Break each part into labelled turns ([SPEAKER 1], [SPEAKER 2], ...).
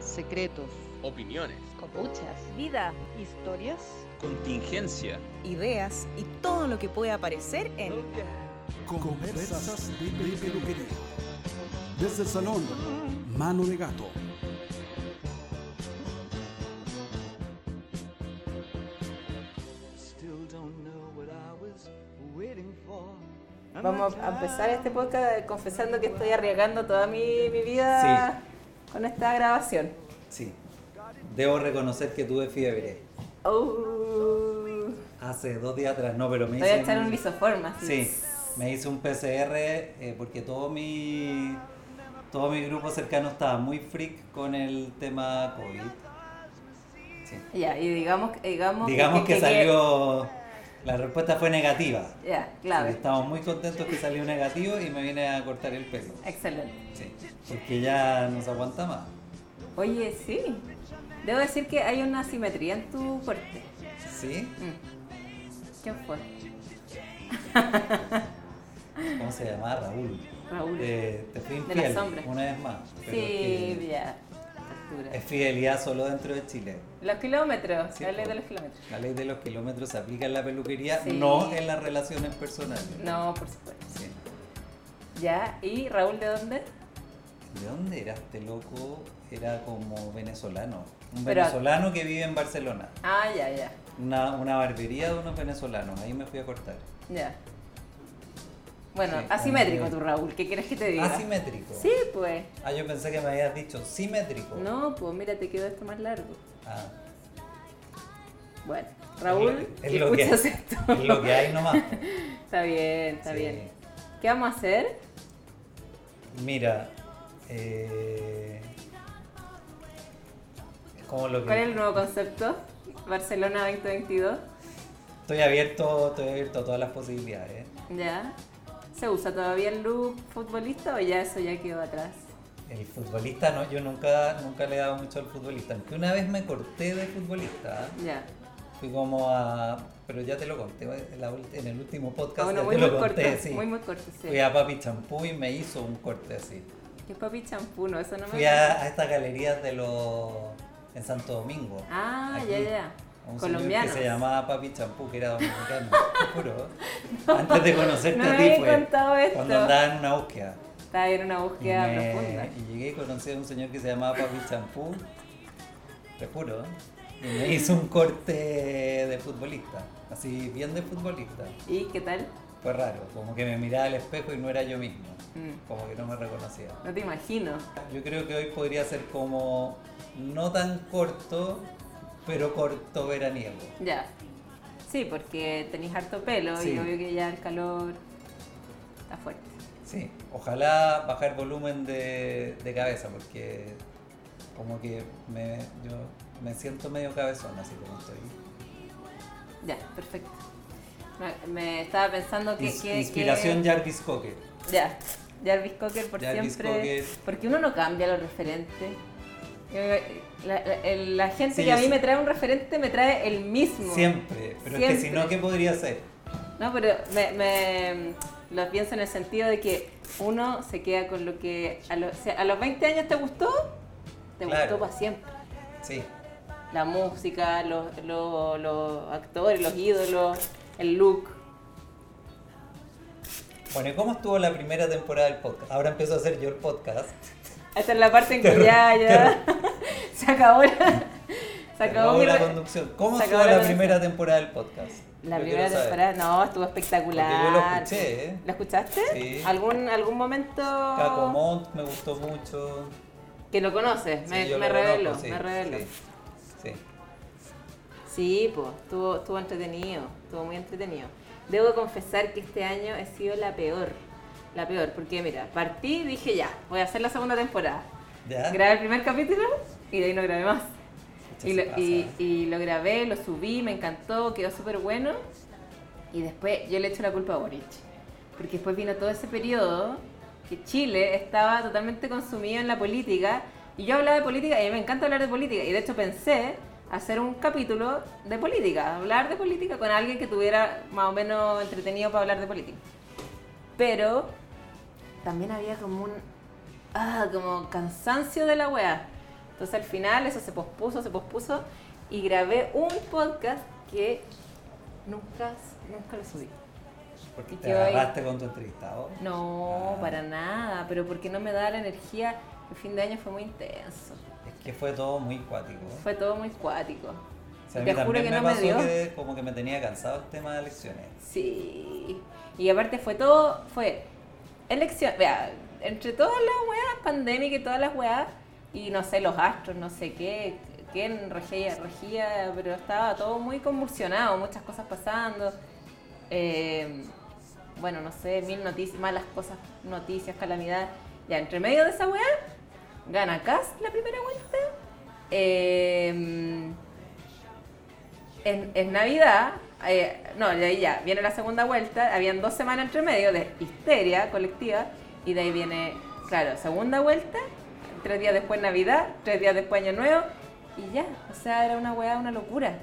[SPEAKER 1] secretos,
[SPEAKER 2] opiniones,
[SPEAKER 3] copuchas,
[SPEAKER 4] vida,
[SPEAKER 1] historias,
[SPEAKER 2] contingencia,
[SPEAKER 5] ideas y todo lo que puede aparecer en
[SPEAKER 6] Conversas de peluquería. Desde el salón, mano de gato.
[SPEAKER 7] Vamos a empezar este podcast confesando que estoy arriesgando toda mi, mi vida con esta grabación.
[SPEAKER 8] Sí. Debo reconocer que tuve fiebre. Oh.
[SPEAKER 7] Uh,
[SPEAKER 8] Hace dos días atrás, no, pero me
[SPEAKER 7] voy a
[SPEAKER 8] hice.
[SPEAKER 7] echar
[SPEAKER 8] un-
[SPEAKER 7] un lisoforma. así.
[SPEAKER 8] Sí, me hice un PCR eh, porque todo mi. Todo mi grupo cercano estaba muy freak con el tema COVID. Sí.
[SPEAKER 7] Ya, y digamos, digamos,
[SPEAKER 8] Digamos que salió. La respuesta fue negativa.
[SPEAKER 7] Ya, clave.
[SPEAKER 8] Sí, Estamos muy contentos que salió negativo y me vine a cortar el pelo.
[SPEAKER 7] Eh. Excelente.
[SPEAKER 8] Sí, porque ya nos aguanta más.
[SPEAKER 7] Oye, sí. Debo decir que hay una asimetría en tu corte.
[SPEAKER 8] ¿Sí?
[SPEAKER 7] Mm. ¿Quién fue?
[SPEAKER 8] ¿Cómo se llamaba? Raúl.
[SPEAKER 7] Raúl.
[SPEAKER 8] Eh, te fui
[SPEAKER 7] De la
[SPEAKER 8] infiel,
[SPEAKER 7] sombra.
[SPEAKER 8] una vez más. pero
[SPEAKER 7] sí,
[SPEAKER 8] que
[SPEAKER 7] ya. Factura.
[SPEAKER 8] Es fidelidad solo dentro de Chile.
[SPEAKER 7] Los kilómetros,
[SPEAKER 8] Sí,
[SPEAKER 7] la ley
[SPEAKER 8] po.
[SPEAKER 7] de los kilómetros.
[SPEAKER 8] La ley de los kilómetros se aplica en la peluquería,
[SPEAKER 7] Sí.
[SPEAKER 8] no en las relaciones personales.
[SPEAKER 7] No, por supuesto.
[SPEAKER 8] Sí.
[SPEAKER 7] Ya, ¿y Raúl de dónde?
[SPEAKER 8] ¿De dónde era este loco? Era como venezolano. Un
[SPEAKER 7] Pero-
[SPEAKER 8] venezolano que vive en Barcelona.
[SPEAKER 7] Ah, ya, ya.
[SPEAKER 8] Una, una barbería de unos venezolanos. Ahí me fui a cortar.
[SPEAKER 7] Ya. Bueno,
[SPEAKER 8] Sí,
[SPEAKER 7] asimétrico
[SPEAKER 8] hombre.
[SPEAKER 7] tu Raúl, ¿qué quieres que te diga?
[SPEAKER 8] Asimétrico.
[SPEAKER 7] Sí, pues.
[SPEAKER 8] Ah, yo pensé que me habías dicho simétrico.
[SPEAKER 7] No, pues mira, te quedó esto más largo.
[SPEAKER 8] Ah.
[SPEAKER 7] Bueno, Raúl,
[SPEAKER 8] es
[SPEAKER 7] si
[SPEAKER 8] lo que-
[SPEAKER 7] escuchas esto.
[SPEAKER 8] Es lo que hay nomás.
[SPEAKER 7] Está bien, está
[SPEAKER 8] Sí.
[SPEAKER 7] bien. ¿Qué vamos a hacer?
[SPEAKER 8] Mira, eh, es como lo que
[SPEAKER 7] ¿Cuál es el nuevo concepto? Barcelona 2022.
[SPEAKER 8] estoy abierto, estoy abierto a todas las posibilidades. ¿eh?
[SPEAKER 7] Ya. ¿Se usa todavía el look futbolista o ya eso ya quedó atrás?
[SPEAKER 8] El futbolista no, yo nunca, nunca le he dado mucho al futbolista, aunque una vez me corté de futbolista, ¿eh?
[SPEAKER 7] Ya.
[SPEAKER 8] fui como a, pero ya te lo conté en, la ult- en el último podcast,
[SPEAKER 7] Ah, bueno,
[SPEAKER 8] ya
[SPEAKER 7] muy
[SPEAKER 8] te
[SPEAKER 7] muy
[SPEAKER 8] lo
[SPEAKER 7] corto,
[SPEAKER 8] conté, sí.
[SPEAKER 7] muy muy corto, sí.
[SPEAKER 8] Fui a Papi Champú y me hizo un corte así.
[SPEAKER 7] ¿Qué es papi champú? No, eso no me
[SPEAKER 8] Fui a, a estas galerías de los en Santo Domingo.
[SPEAKER 7] Ah,
[SPEAKER 8] aquí,
[SPEAKER 7] ya, ya.
[SPEAKER 8] a un señor que
[SPEAKER 7] Colombiano.
[SPEAKER 8] se llamaba Papi Champú, que era dominicano, te juro. Antes de conocerte
[SPEAKER 7] no
[SPEAKER 8] a
[SPEAKER 7] me
[SPEAKER 8] ti
[SPEAKER 7] habías
[SPEAKER 8] fue
[SPEAKER 7] contado esto.
[SPEAKER 8] cuando andaba en una búsqueda.
[SPEAKER 7] Estaba en una
[SPEAKER 8] Y,
[SPEAKER 7] búsqueda
[SPEAKER 8] me-
[SPEAKER 7] profunda.
[SPEAKER 8] y llegué y conocí a un señor que se llamaba Papi Champú, te juro, y me hizo un corte de futbolista, así bien de futbolista.
[SPEAKER 7] ¿Y qué tal?
[SPEAKER 8] Fue raro, como que me miraba al espejo y no era yo mismo,
[SPEAKER 7] Mm.
[SPEAKER 8] como que no me reconocía.
[SPEAKER 7] No te imagino.
[SPEAKER 8] Yo creo que hoy podría ser como no tan corto, pero corto veraniego.
[SPEAKER 7] Ya. Sí, porque tenéis harto pelo y
[SPEAKER 8] Sí.
[SPEAKER 7] obvio que ya el calor está fuerte.
[SPEAKER 8] Sí, ojalá bajar volumen de, de cabeza, porque como que me, yo me siento medio cabezón, así como estoy.
[SPEAKER 7] Ya, perfecto. Me, me estaba pensando que...
[SPEAKER 8] Ins-
[SPEAKER 7] que-
[SPEAKER 8] Inspiración
[SPEAKER 7] que-
[SPEAKER 8] Jarvis Cocker.
[SPEAKER 7] Ya, Jarvis Cocker por
[SPEAKER 8] Jarvis
[SPEAKER 7] siempre.
[SPEAKER 8] Cocker.
[SPEAKER 7] Porque uno no cambia los referentes. Yo me- La, la- el- la gente
[SPEAKER 8] Sí,
[SPEAKER 7] que a
[SPEAKER 8] yo
[SPEAKER 7] mí
[SPEAKER 8] sé.
[SPEAKER 7] me trae un referente me trae el mismo.
[SPEAKER 8] Siempre, pero es que si no,
[SPEAKER 7] Siempre.
[SPEAKER 8] ¿qué podría ser?
[SPEAKER 7] No, pero me, me- lo pienso en el sentido de que uno se queda con lo que a, lo- o sea, a los 20 años te gustó, te
[SPEAKER 8] Claro.
[SPEAKER 7] gustó para siempre.
[SPEAKER 8] Sí,
[SPEAKER 7] La música, los, los- los actores, los ídolos, el look.
[SPEAKER 8] bueno, ¿y cómo estuvo la primera temporada del podcast? Ahora empiezo a hacer yo el podcast.
[SPEAKER 7] Esta es la parte en que ya, ya se acabó la, se acabó
[SPEAKER 8] Luego
[SPEAKER 7] mi
[SPEAKER 8] la
[SPEAKER 7] re-
[SPEAKER 8] conducción. ¿Cómo
[SPEAKER 7] se
[SPEAKER 8] estuvo
[SPEAKER 7] acabó
[SPEAKER 8] la,
[SPEAKER 7] la
[SPEAKER 8] primera temporada del podcast?
[SPEAKER 7] La
[SPEAKER 8] Yo
[SPEAKER 7] primera
[SPEAKER 8] quiero saber.
[SPEAKER 7] temporada, no, estuvo espectacular.
[SPEAKER 8] Porque yo lo escuché, ¿eh?
[SPEAKER 7] ¿Lo escuchaste?
[SPEAKER 8] Sí.
[SPEAKER 7] ¿Algún, algún momento
[SPEAKER 8] Caco Montt me gustó mucho.
[SPEAKER 7] que lo conoces? Me,
[SPEAKER 8] Sí, yo
[SPEAKER 7] me
[SPEAKER 8] lo
[SPEAKER 7] reveló,
[SPEAKER 8] conozco, sí,
[SPEAKER 7] me reveló.
[SPEAKER 8] sí, sí.
[SPEAKER 7] Sí, pues, estuvo, estuvo entretenido, estuvo muy entretenido. Debo confesar que este año he sido la peor, la peor, porque mira, partí y dije ya, voy a hacer la segunda temporada.
[SPEAKER 8] ¿Ya?
[SPEAKER 7] Grabé el primer capítulo y de ahí no grabé más.
[SPEAKER 8] Pucha,
[SPEAKER 7] Y
[SPEAKER 8] se
[SPEAKER 7] lo,
[SPEAKER 8] pasa,
[SPEAKER 7] y-
[SPEAKER 8] ¿eh?
[SPEAKER 7] y lo grabé, lo subí, me encantó, quedó súper bueno. Y después yo le echo la culpa a Boric. Porque después vino todo ese periodo que Chile estaba totalmente consumido en la política. Y yo hablaba de política, y a mí me encanta hablar de política. Y de hecho pensé hacer un capítulo de política, hablar de política con alguien que tuviera más o menos entretenido para hablar de política. Pero también había como un. Ah, como cansancio de la weá. Entonces al final eso se pospuso, se pospuso y grabé un podcast que nunca, nunca lo subí.
[SPEAKER 8] Porque
[SPEAKER 7] Y
[SPEAKER 8] te
[SPEAKER 7] yo ahí-
[SPEAKER 8] agarraste con tu entrevistado.
[SPEAKER 7] No,
[SPEAKER 8] Ah.
[SPEAKER 7] para nada, pero porque no me daba la energía, el fin de año fue muy intenso,
[SPEAKER 8] Es que fue todo muy cuático.
[SPEAKER 7] fue todo muy cuático.
[SPEAKER 8] O sea, a
[SPEAKER 7] Te
[SPEAKER 8] mí
[SPEAKER 7] juro
[SPEAKER 8] también
[SPEAKER 7] que
[SPEAKER 8] me
[SPEAKER 7] no me
[SPEAKER 8] pasó
[SPEAKER 7] dio.
[SPEAKER 8] que como que me tenía cansado el tema de elecciones.
[SPEAKER 7] Sí. Y aparte fue todo, fue elección, vea, entre todas las weas, pandémica y todas las weas, y no sé, los astros, no sé qué, quién regía, regía, pero estaba todo muy convulsionado, muchas cosas pasando. Eh, bueno, no sé, mil noticias, malas cosas, noticias, calamidad. Ya, entre medio de esa wea, gana Cas la primera vuelta. Eh, en, en Navidad, eh, no, de ahí ya, viene la segunda vuelta, habían dos semanas entre medio de histeria colectiva, y de ahí viene, claro, segunda vuelta, tres días después Navidad, tres días después Año Nuevo, y ya, o sea, era una weá, una locura.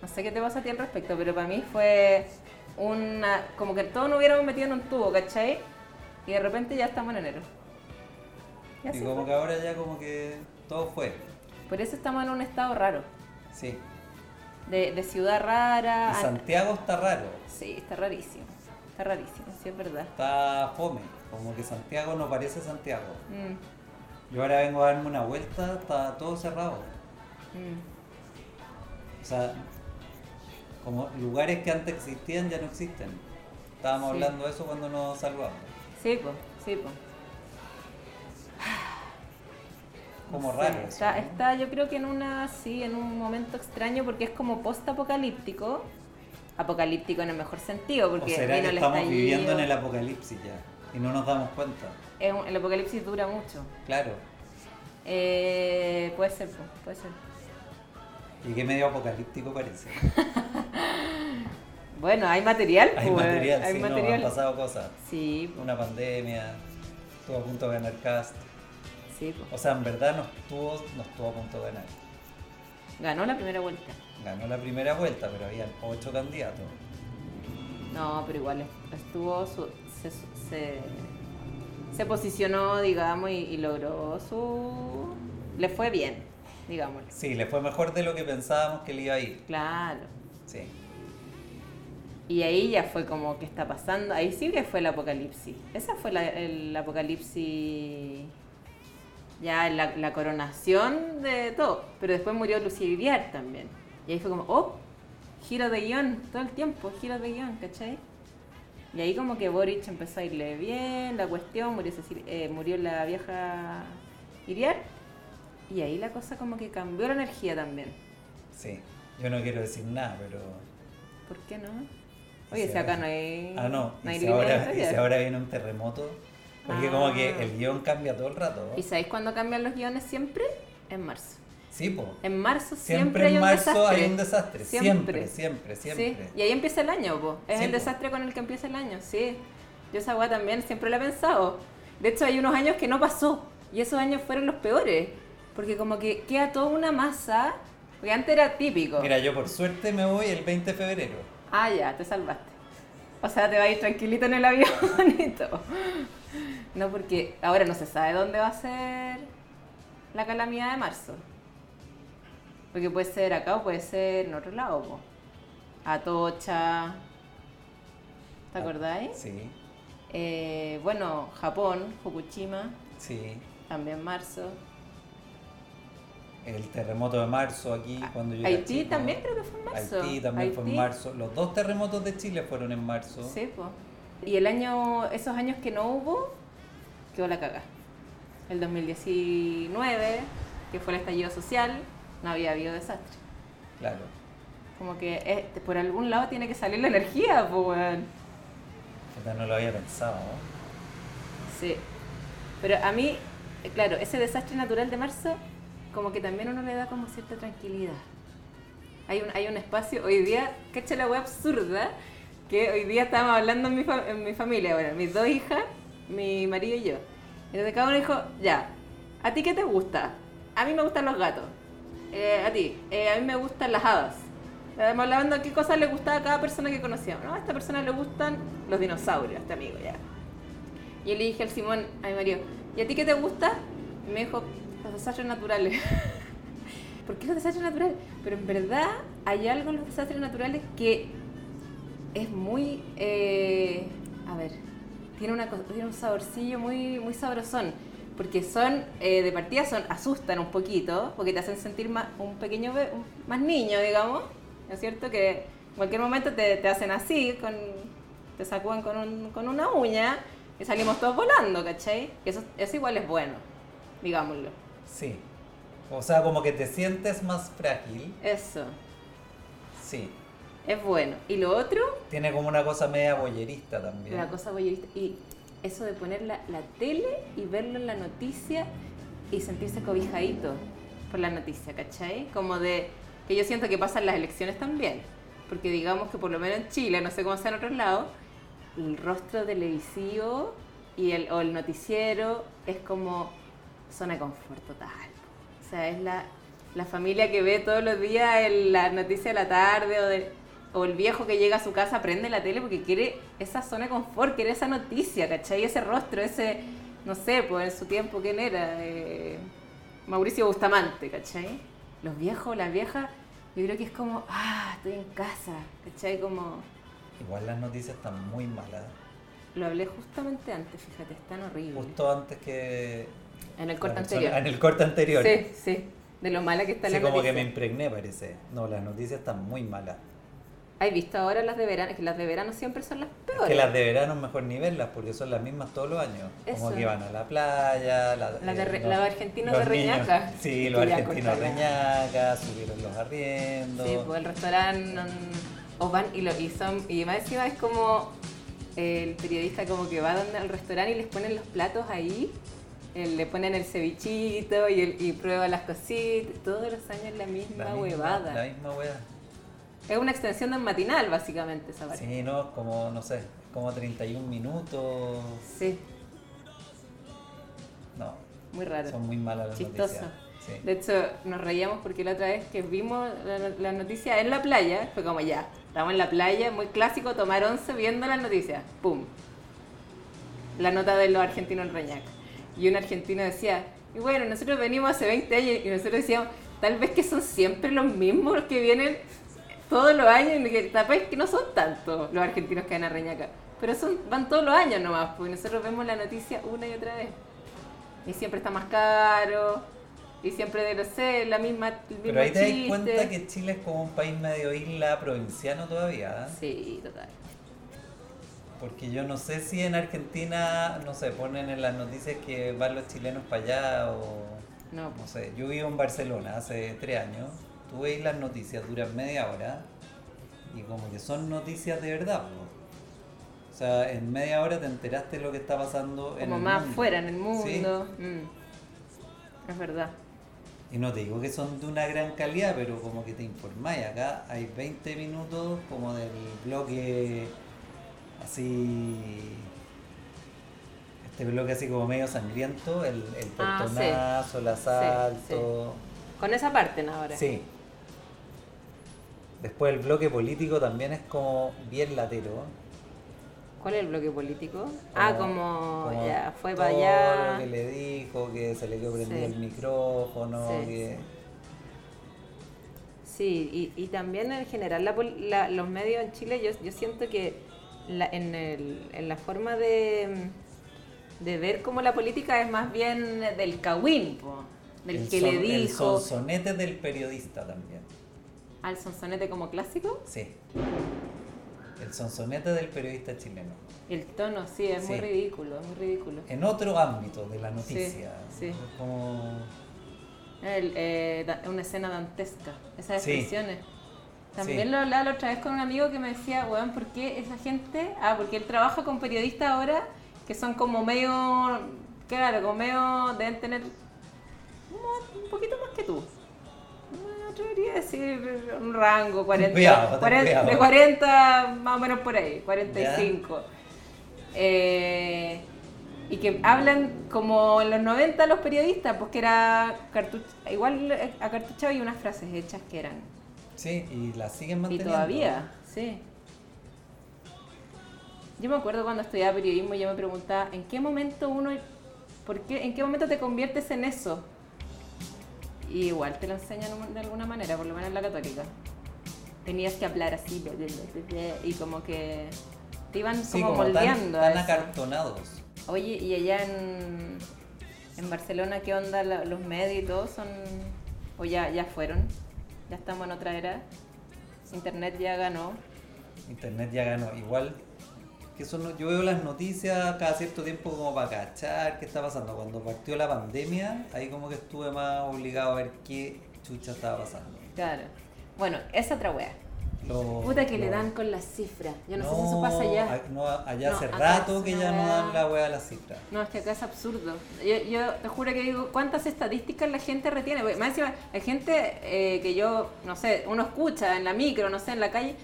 [SPEAKER 7] No sé qué te pasa a ti al respecto, pero para mí fue una. como que todos nos hubiéramos metido en un tubo, ¿cachai? Y de repente ya estamos en enero. Y así
[SPEAKER 8] Y como
[SPEAKER 7] fue.
[SPEAKER 8] que ahora ya como que todo fue.
[SPEAKER 7] Por eso estamos en un estado raro,
[SPEAKER 8] Sí.
[SPEAKER 7] de, de ciudad rara.
[SPEAKER 8] Y
[SPEAKER 7] an-
[SPEAKER 8] Santiago está raro.
[SPEAKER 7] Sí, está rarísimo. Está rarísimo, sí es verdad.
[SPEAKER 8] Está fome. Como que Santiago no parece Santiago.
[SPEAKER 7] Mm,
[SPEAKER 8] Yo ahora vengo a darme una vuelta, está todo cerrado.
[SPEAKER 7] mm.
[SPEAKER 8] O sea, como lugares que antes existían ya no existen. Estábamos
[SPEAKER 7] Sí.
[SPEAKER 8] hablando de eso cuando nos saludamos.
[SPEAKER 7] Sí, pues, sí, pues.
[SPEAKER 8] Como raro. eso,
[SPEAKER 7] Está,
[SPEAKER 8] ¿no?
[SPEAKER 7] está, yo creo que en una, sí, en un momento extraño porque es como post-apocalíptico. Apocalíptico en el mejor sentido,
[SPEAKER 8] ¿O
[SPEAKER 7] porque
[SPEAKER 8] será
[SPEAKER 7] vino
[SPEAKER 8] que
[SPEAKER 7] el
[SPEAKER 8] estamos
[SPEAKER 7] estallido.
[SPEAKER 8] viviendo en el apocalipsis ya? Y no nos damos cuenta.
[SPEAKER 7] Es un- el apocalipsis dura mucho.
[SPEAKER 8] Claro.
[SPEAKER 7] Eh, puede ser, pues, puede ser.
[SPEAKER 8] Y qué medio apocalíptico parece.
[SPEAKER 7] Bueno, hay material,
[SPEAKER 8] Hay
[SPEAKER 7] pues,
[SPEAKER 8] material,
[SPEAKER 7] hay
[SPEAKER 8] sí, no,
[SPEAKER 7] material.
[SPEAKER 8] han pasado cosas.
[SPEAKER 7] Sí, pues,
[SPEAKER 8] Una pandemia, estuvo a punto de ganar cast.
[SPEAKER 7] sí, pues.
[SPEAKER 8] O sea, en verdad no estuvo, no estuvo a punto de ganar.
[SPEAKER 7] Ganó la primera vuelta.
[SPEAKER 8] Ganó la primera vuelta, pero había ocho candidatos.
[SPEAKER 7] No, pero igual estuvo su- se, se, se posicionó, digamos, y, y logró su... Le fue bien, digamos.
[SPEAKER 8] Sí, le fue mejor de lo que pensábamos que le iba a ir.
[SPEAKER 7] Claro.
[SPEAKER 8] Sí.
[SPEAKER 7] Y ahí ya fue como, ¿qué está pasando? Ahí sí que fue el apocalipsis. Esa fue la- el apocalipsis... Ya la, la coronación de todo. Pero después murió Lucía Viviar también. Y ahí fue como, oh, giro de guión, todo el tiempo, giro de guión, ¿cachai? Y ahí como que Boric empezó a irle bien, la cuestión, murió, Cecil- eh, murió la vieja Iriar. Y ahí la cosa como que cambió la energía también.
[SPEAKER 8] Sí, yo no quiero decir nada, pero.
[SPEAKER 7] ¿Por qué no?
[SPEAKER 8] y
[SPEAKER 7] Oye,
[SPEAKER 8] si
[SPEAKER 7] si acá
[SPEAKER 8] ahora-
[SPEAKER 7] no hay...
[SPEAKER 8] Ah, no,
[SPEAKER 7] no hay
[SPEAKER 8] y, si
[SPEAKER 7] línea de
[SPEAKER 8] ahora, y
[SPEAKER 7] historia.
[SPEAKER 8] si ahora viene un terremoto. Porque como que
[SPEAKER 7] Ah.
[SPEAKER 8] el guión cambia todo el rato. ¿no?
[SPEAKER 7] ¿Y sabéis cuándo cambian los guiones siempre? En marzo.
[SPEAKER 8] Sí, po.
[SPEAKER 7] En marzo siempre,
[SPEAKER 8] Siempre,
[SPEAKER 7] hay
[SPEAKER 8] en
[SPEAKER 7] un
[SPEAKER 8] marzo
[SPEAKER 7] desastre.
[SPEAKER 8] hay un desastre. Siempre, siempre, siempre.
[SPEAKER 7] Sí, Y ahí empieza el año, po. Es
[SPEAKER 8] Sí,
[SPEAKER 7] el
[SPEAKER 8] po.
[SPEAKER 7] desastre con el que empieza el año, sí. Yo esa weá también siempre la he pensado. De hecho, hay unos años que no pasó. Y esos años fueron los peores. Porque como que queda toda una masa. Porque antes era típico.
[SPEAKER 8] Mira, yo por suerte me voy el 20 de febrero.
[SPEAKER 7] Ah, ya, te salvaste. O sea, te vas a ir tranquilito en el avión y todo. No, porque ahora no se sabe dónde va a ser la calamidad de marzo. Porque puede ser acá o puede ser en otro lado. po. Atocha.
[SPEAKER 8] Ah.
[SPEAKER 7] ¿Te acordáis?
[SPEAKER 8] Sí,
[SPEAKER 7] Eh, bueno, Japón, Fukushima,
[SPEAKER 8] sí.
[SPEAKER 7] también marzo.
[SPEAKER 8] El terremoto de marzo aquí, cuando yo. era
[SPEAKER 7] Ah, Haití
[SPEAKER 8] chico.
[SPEAKER 7] también creo que fue en marzo.
[SPEAKER 8] Haití también fue en
[SPEAKER 7] Haití.
[SPEAKER 8] marzo. Los dos terremotos de Chile fueron en marzo.
[SPEAKER 7] Sí, po. Y el año, esos años que no hubo, quedó la caga. El 2019, que fue el estallido social, no había habido desastre.
[SPEAKER 8] Claro.
[SPEAKER 7] Como que eh, por algún lado tiene que salir la energía, pues, weón.
[SPEAKER 8] Puta, no lo había pensado. ¿no?
[SPEAKER 7] Sí. Pero a mí, eh, claro, ese desastre natural de marzo, como que también uno le da como cierta tranquilidad. Hay un, hay un espacio, hoy día, cacha la web absurda, que hoy día estábamos hablando en mi, fa- en mi familia, bueno, mis dos hijas, mi marido y yo. Entonces cada uno dijo, ya, ¿a ti qué te gusta? A mí me gustan los gatos. Eh, a ti, eh, a mí me gustan las hadas. Estábamos hablando de qué cosas le gustaba a cada persona que conocíamos. No, a esta persona le gustan los dinosaurios, a este amigo, ya. Y yo le dije al Simón, a mi marido, ¿y a ti qué te gusta? Y me dijo, los desastres naturales. ¿Por qué los desastres naturales? Pero en verdad hay algo en los desastres naturales que es muy... eh, a ver, tiene, una, co- tiene un saborcillo muy, muy sabrosón. Porque son, eh, de partida son, asustan un poquito, porque te hacen sentir más, un pequeño, be- un- más niño, digamos. ¿No es cierto? Que en cualquier momento te, te hacen así, con, te sacuden con, un- con una uña y salimos todos volando, ¿cachai? Y Eso, eso igual es bueno, digámoslo.
[SPEAKER 8] Sí. O sea, como que te sientes más frágil.
[SPEAKER 7] Eso,
[SPEAKER 8] Sí.
[SPEAKER 7] es bueno. Y lo otro,
[SPEAKER 8] Tiene como una cosa media boyerista también.
[SPEAKER 7] la cosa voyerista. Y eso de poner la, la tele y verlo en la noticia y sentirse cobijadito por la noticia, ¿cachai? Como de que yo siento que pasan las elecciones también. Porque digamos que por lo menos en Chile, no sé cómo sea en otros lados, el rostro televisivo y el, o el noticiero es como zona de confort total. O sea, es la, la familia que ve todos los días el- la noticia de la tarde o, de- o el viejo que llega a su casa, prende la tele porque quiere esa zona de confort, quiere esa noticia, ¿cachai? Ese rostro, ese, no sé, pues en su tiempo, ¿quién era? Eh, Mauricio Bustamante, ¿cachai? Los viejos, las viejas, yo creo que es como, ah, estoy en casa, ¿cachai? Como...
[SPEAKER 8] Igual las noticias están muy malas.
[SPEAKER 7] Lo hablé justamente antes, fíjate, es tan horrible.
[SPEAKER 8] Justo antes que.
[SPEAKER 7] En el corte
[SPEAKER 8] la persona-
[SPEAKER 7] anterior.
[SPEAKER 8] En el corte anterior.
[SPEAKER 7] Sí, sí. De lo mala que está
[SPEAKER 8] Sí,
[SPEAKER 7] la
[SPEAKER 8] como que
[SPEAKER 7] noticia.
[SPEAKER 8] me impregné, parece. No, las noticias están muy malas.
[SPEAKER 7] ¿Has visto ahora las de verano? Es que las de verano siempre son las
[SPEAKER 8] Es
[SPEAKER 7] peores.
[SPEAKER 8] que las de verano es mejor ni verlas porque son las mismas todos los años. Como
[SPEAKER 7] Eso.
[SPEAKER 8] que van a la playa, la, eh,
[SPEAKER 7] La de re-
[SPEAKER 8] los-
[SPEAKER 7] la de argentinos de
[SPEAKER 8] los
[SPEAKER 7] reñaca.
[SPEAKER 8] niños- Sí,
[SPEAKER 7] Que
[SPEAKER 8] los
[SPEAKER 7] ya
[SPEAKER 8] argentinos
[SPEAKER 7] cortaron.
[SPEAKER 8] reñaca, subieron los arriendos.
[SPEAKER 7] Sí, pues el restaurante. no- o van y lo y son. Y más encima es como. eh, El periodista como que va donde- al restaurante y les ponen los platos ahí. eh, Le ponen el cevichito y, el- y prueba las cositas. Todos los años la misma
[SPEAKER 8] la misma,
[SPEAKER 7] huevada.
[SPEAKER 8] La misma huevada.
[SPEAKER 7] Es una extensión del matinal, básicamente, esa parte.
[SPEAKER 8] Sí, no, como, no sé, como 31 minutos.
[SPEAKER 7] sí
[SPEAKER 8] No,
[SPEAKER 7] muy raro.
[SPEAKER 8] son muy malas las
[SPEAKER 7] Chistoso.
[SPEAKER 8] noticias. Sí.
[SPEAKER 7] De hecho, nos reíamos porque la otra vez que vimos la, no- la noticia en la playa, fue como ya, estamos en la playa, muy clásico, tomar once viendo las noticias. ¡Pum! La nota de los argentinos en Reñac. Y un argentino decía, y bueno, nosotros venimos hace 20 años y nosotros decíamos, tal vez que son siempre los mismos los que vienen todos los años, y que tal vez que no son tantos los argentinos que van a Reñaca. Pero son, van todos los años nomás, porque nosotros vemos la noticia una y otra vez. Y siempre está más caro. Y siempre de no sé, la misma. El mismo
[SPEAKER 8] Pero ahí te das
[SPEAKER 7] chiste.
[SPEAKER 8] cuenta que Chile es como un país medio isla provinciano todavía. ¿eh?
[SPEAKER 7] Sí, total.
[SPEAKER 8] Porque yo no sé si en Argentina, no sé, ponen en las noticias que van los chilenos para allá o...
[SPEAKER 7] No,
[SPEAKER 8] No
[SPEAKER 7] pues.
[SPEAKER 8] sé, yo vivo en Barcelona hace tres años, tú veis las noticias, duran media hora y como que son noticias de verdad. po. O sea, en media hora te enteraste de lo que está pasando en
[SPEAKER 7] Como
[SPEAKER 8] el
[SPEAKER 7] más
[SPEAKER 8] mundo.
[SPEAKER 7] fuera en el
[SPEAKER 8] Sí.
[SPEAKER 7] mundo. Mm. Es verdad.
[SPEAKER 8] Y no te digo que son de una gran calidad, pero como que te informáis. Acá hay 20 minutos como del bloque así. Este bloque así como medio sangriento, el, el
[SPEAKER 7] Ah, sí.
[SPEAKER 8] portonazo, el asalto.
[SPEAKER 7] Con esa parte ¿no? ahora.
[SPEAKER 8] Sí. Después el bloque político también es como bien latero.
[SPEAKER 7] ¿Cuál es el bloque político? ah, como, ya, fue para
[SPEAKER 8] todo
[SPEAKER 7] allá.
[SPEAKER 8] lo que le dijo, que se le quedó prendido
[SPEAKER 7] Sí.
[SPEAKER 8] el micrófono,
[SPEAKER 7] Sí,
[SPEAKER 8] que.
[SPEAKER 7] sí. Sí, y, y también en general la pol- la- los medios en Chile, yo, yo siento que la- en, el- en la forma de, de ver cómo la política es más bien del cagüín, po, del
[SPEAKER 8] El
[SPEAKER 7] que
[SPEAKER 8] son-
[SPEAKER 7] le
[SPEAKER 8] El
[SPEAKER 7] dijo
[SPEAKER 8] sonsonete del periodista también.
[SPEAKER 7] al sonsonete como clásico.
[SPEAKER 8] Sí. El sonsonete del periodista chileno.
[SPEAKER 7] El tono, sí, es muy
[SPEAKER 8] Sí.
[SPEAKER 7] ridículo, es muy ridículo.
[SPEAKER 8] En otro ámbito de la noticia.
[SPEAKER 7] sí.
[SPEAKER 8] Como.
[SPEAKER 7] El, eh, da- una escena dantesca, esas
[SPEAKER 8] Sí.
[SPEAKER 7] expresiones. También
[SPEAKER 8] Sí.
[SPEAKER 7] lo hablaba la otra vez con un amigo que me decía, weón, ¿por qué esa gente? Ah, porque él trabaja con periodistas ahora que son como medio, claro, como medio, deben tener un un poquito más que tú. Me atrevería a decir un rango, 40,
[SPEAKER 8] cuidado, ten
[SPEAKER 7] 40
[SPEAKER 8] cuidado.
[SPEAKER 7] de 40 más o menos por ahí, 45. Eh, y que hablan como en los 90 los periodistas, pues que era cartuch igual eh, acartuchado y unas frases hechas que eran.
[SPEAKER 8] Sí, y la siguen
[SPEAKER 7] Y
[SPEAKER 8] manteniendo.
[SPEAKER 7] todavía, sí. Yo me acuerdo cuando estudiaba periodismo, yo me preguntaba, ¿en qué momento uno, por qué, en qué momento te conviertes en eso? Y igual te lo enseñan un- de alguna manera, por lo menos en la católica. Tenías que hablar así, bla, bla, bla, bla, bla, y como que te iban
[SPEAKER 8] Sí,
[SPEAKER 7] como,
[SPEAKER 8] como, tan,
[SPEAKER 7] moldeando. a
[SPEAKER 8] tan
[SPEAKER 7] eso.
[SPEAKER 8] acartonados.
[SPEAKER 7] Oye, y allá en, en Barcelona, ¿qué onda la- los medios y todo? Son, ¿O ya, ya fueron? ¿Ya estamos en otra era? ¿Internet ya ganó?
[SPEAKER 8] Internet ya ganó. Igual que eso no- yo veo las noticias cada cierto tiempo como para cachar qué está pasando. Cuando partió la pandemia, ahí como que estuve más obligado a ver qué chucha estaba pasando.
[SPEAKER 7] Claro. Bueno, es otra wea.
[SPEAKER 8] Lo-
[SPEAKER 7] Puta que le
[SPEAKER 8] lo-
[SPEAKER 7] dan con las cifras. Yo no, sé si eso pasa allá.
[SPEAKER 8] a- no, allá
[SPEAKER 7] No,
[SPEAKER 8] hace
[SPEAKER 7] acá
[SPEAKER 8] rato
[SPEAKER 7] es
[SPEAKER 8] que
[SPEAKER 7] una
[SPEAKER 8] ya no
[SPEAKER 7] weá.
[SPEAKER 8] dan la wea a las cifras.
[SPEAKER 7] No, es que acá es absurdo. Yo, yo te juro que digo, ¿cuántas estadísticas la gente retiene? Porque más encima, la gente eh, que yo, no sé, uno escucha en la micro, no sé, en la calle,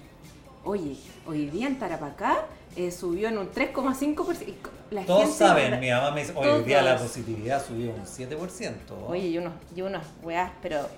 [SPEAKER 7] oye, hoy día en Tarapacá eh, subió en un 3,5%. Y co- La
[SPEAKER 8] Todos
[SPEAKER 7] gente-
[SPEAKER 8] saben, mi mamá me dice, hoy día la
[SPEAKER 7] Todos.
[SPEAKER 8] positividad subió un 7%.
[SPEAKER 7] Oye, y unos, y unos weás, pero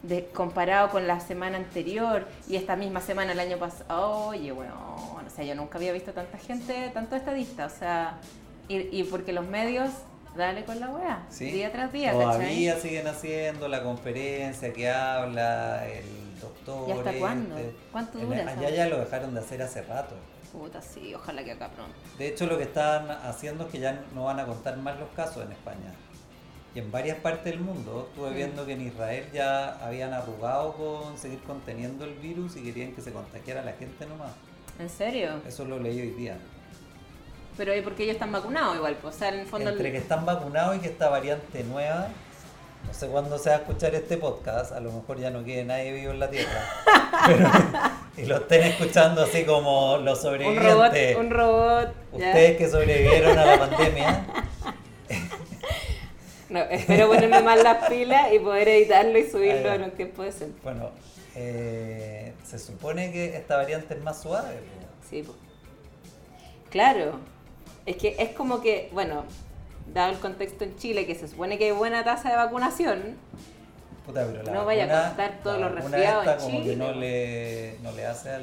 [SPEAKER 7] de, comparado con la semana anterior y esta misma semana el año pasado, oye, weón, o sea, yo nunca había visto tanta gente, tanto estadista, o sea, y, y porque los medios, dale con la weá,
[SPEAKER 8] Sí.
[SPEAKER 7] día tras día,
[SPEAKER 8] Todavía
[SPEAKER 7] ¿cachai?
[SPEAKER 8] siguen haciendo la conferencia que habla el doctor.
[SPEAKER 7] ¿Y hasta cuándo?
[SPEAKER 8] este.
[SPEAKER 7] ¿Cuánto
[SPEAKER 8] En-
[SPEAKER 7] dura esa
[SPEAKER 8] Allá ya lo dejaron de hacer hace rato.
[SPEAKER 7] Puta, sí, ojalá que acá pronto.
[SPEAKER 8] De hecho, lo que están haciendo es que ya no van a contar más los casos en España. Y en varias partes del mundo, estuve
[SPEAKER 7] Mm.
[SPEAKER 8] viendo que en Israel ya habían arrugado con seguir conteniendo el virus y querían que se contagiara la gente nomás.
[SPEAKER 7] ¿En serio?
[SPEAKER 8] Eso lo leí hoy día.
[SPEAKER 7] Pero ¿y porque ellos están vacunados igual? pues, o sea, en el fondo... el-
[SPEAKER 8] Entre que están vacunados y que esta variante nueva, no sé cuándo se va a escuchar este podcast, a lo mejor ya no quede nadie vivo en la Tierra. Pero, y lo estén escuchando así como los
[SPEAKER 7] Un robot,
[SPEAKER 8] sobrevivientes.
[SPEAKER 7] un robot. ya.
[SPEAKER 8] Ustedes que sobrevivieron a la pandemia,
[SPEAKER 7] No, espero ponerme más las pilas y poder editarlo y subirlo
[SPEAKER 8] va.
[SPEAKER 7] en un tiempo decente.
[SPEAKER 8] bueno, eh, se supone que esta variante es más suave. pues. po.
[SPEAKER 7] Sí, po. claro. Es que es como que, bueno, dado el contexto en Chile, que se supone que hay buena tasa de vacunación,
[SPEAKER 8] Puta, pero la
[SPEAKER 7] No vaya a
[SPEAKER 8] vacuna-
[SPEAKER 7] contar todos
[SPEAKER 8] la
[SPEAKER 7] los
[SPEAKER 8] vacuna
[SPEAKER 7] resfriados
[SPEAKER 8] esta
[SPEAKER 7] en
[SPEAKER 8] como que
[SPEAKER 7] Chile, pues.
[SPEAKER 8] no
[SPEAKER 7] po.
[SPEAKER 8] le, no le hace al,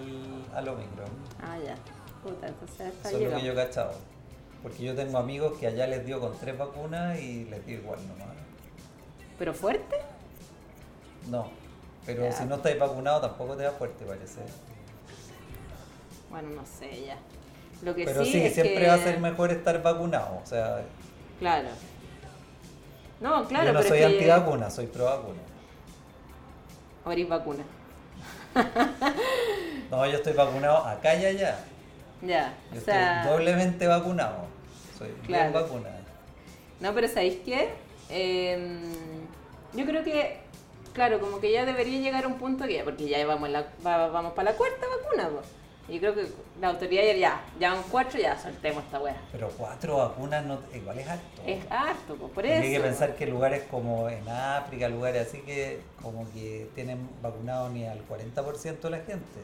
[SPEAKER 8] al Omicron.
[SPEAKER 7] ah, ya, puta, entonces hasta
[SPEAKER 8] Eso es lo que yo he
[SPEAKER 7] llegamos.
[SPEAKER 8] cachado. Porque yo tengo amigos que allá les dio con tres vacunas y les dio igual nomás.
[SPEAKER 7] ¿Pero fuerte?
[SPEAKER 8] No, pero
[SPEAKER 7] Ya.
[SPEAKER 8] si no estáis vacunado tampoco te da fuerte, parece.
[SPEAKER 7] Bueno, no sé, ya. Lo que
[SPEAKER 8] Pero sí,
[SPEAKER 7] Pues es
[SPEAKER 8] siempre
[SPEAKER 7] que-
[SPEAKER 8] va a ser mejor estar vacunado. O sea,
[SPEAKER 7] Claro. No, claro,
[SPEAKER 8] yo no
[SPEAKER 7] pero
[SPEAKER 8] soy
[SPEAKER 7] es que...
[SPEAKER 8] antivacuna, soy provacuna.
[SPEAKER 7] o eres vacuna.
[SPEAKER 8] No, yo estoy vacunado acá y allá.
[SPEAKER 7] Ya,
[SPEAKER 8] Yo
[SPEAKER 7] o sea...
[SPEAKER 8] estoy doblemente vacunado. Soy
[SPEAKER 7] Claro.
[SPEAKER 8] bien vacuna.
[SPEAKER 7] No, pero ¿sabéis qué? Em, yo creo que, claro, como que ya debería llegar a un punto que, porque ya vamos, en la- va- vamos para la cuarta vacuna, po. Yo creo que la autoridad ya, ya, ya van cuatro, ya soltemos esta wea.
[SPEAKER 8] Pero cuatro vacunas no, igual es harto.
[SPEAKER 7] Es harto, po, por eso.
[SPEAKER 8] Hay que pensar que lugares como en África, lugares así que como que tienen vacunado ni al 40% de la gente.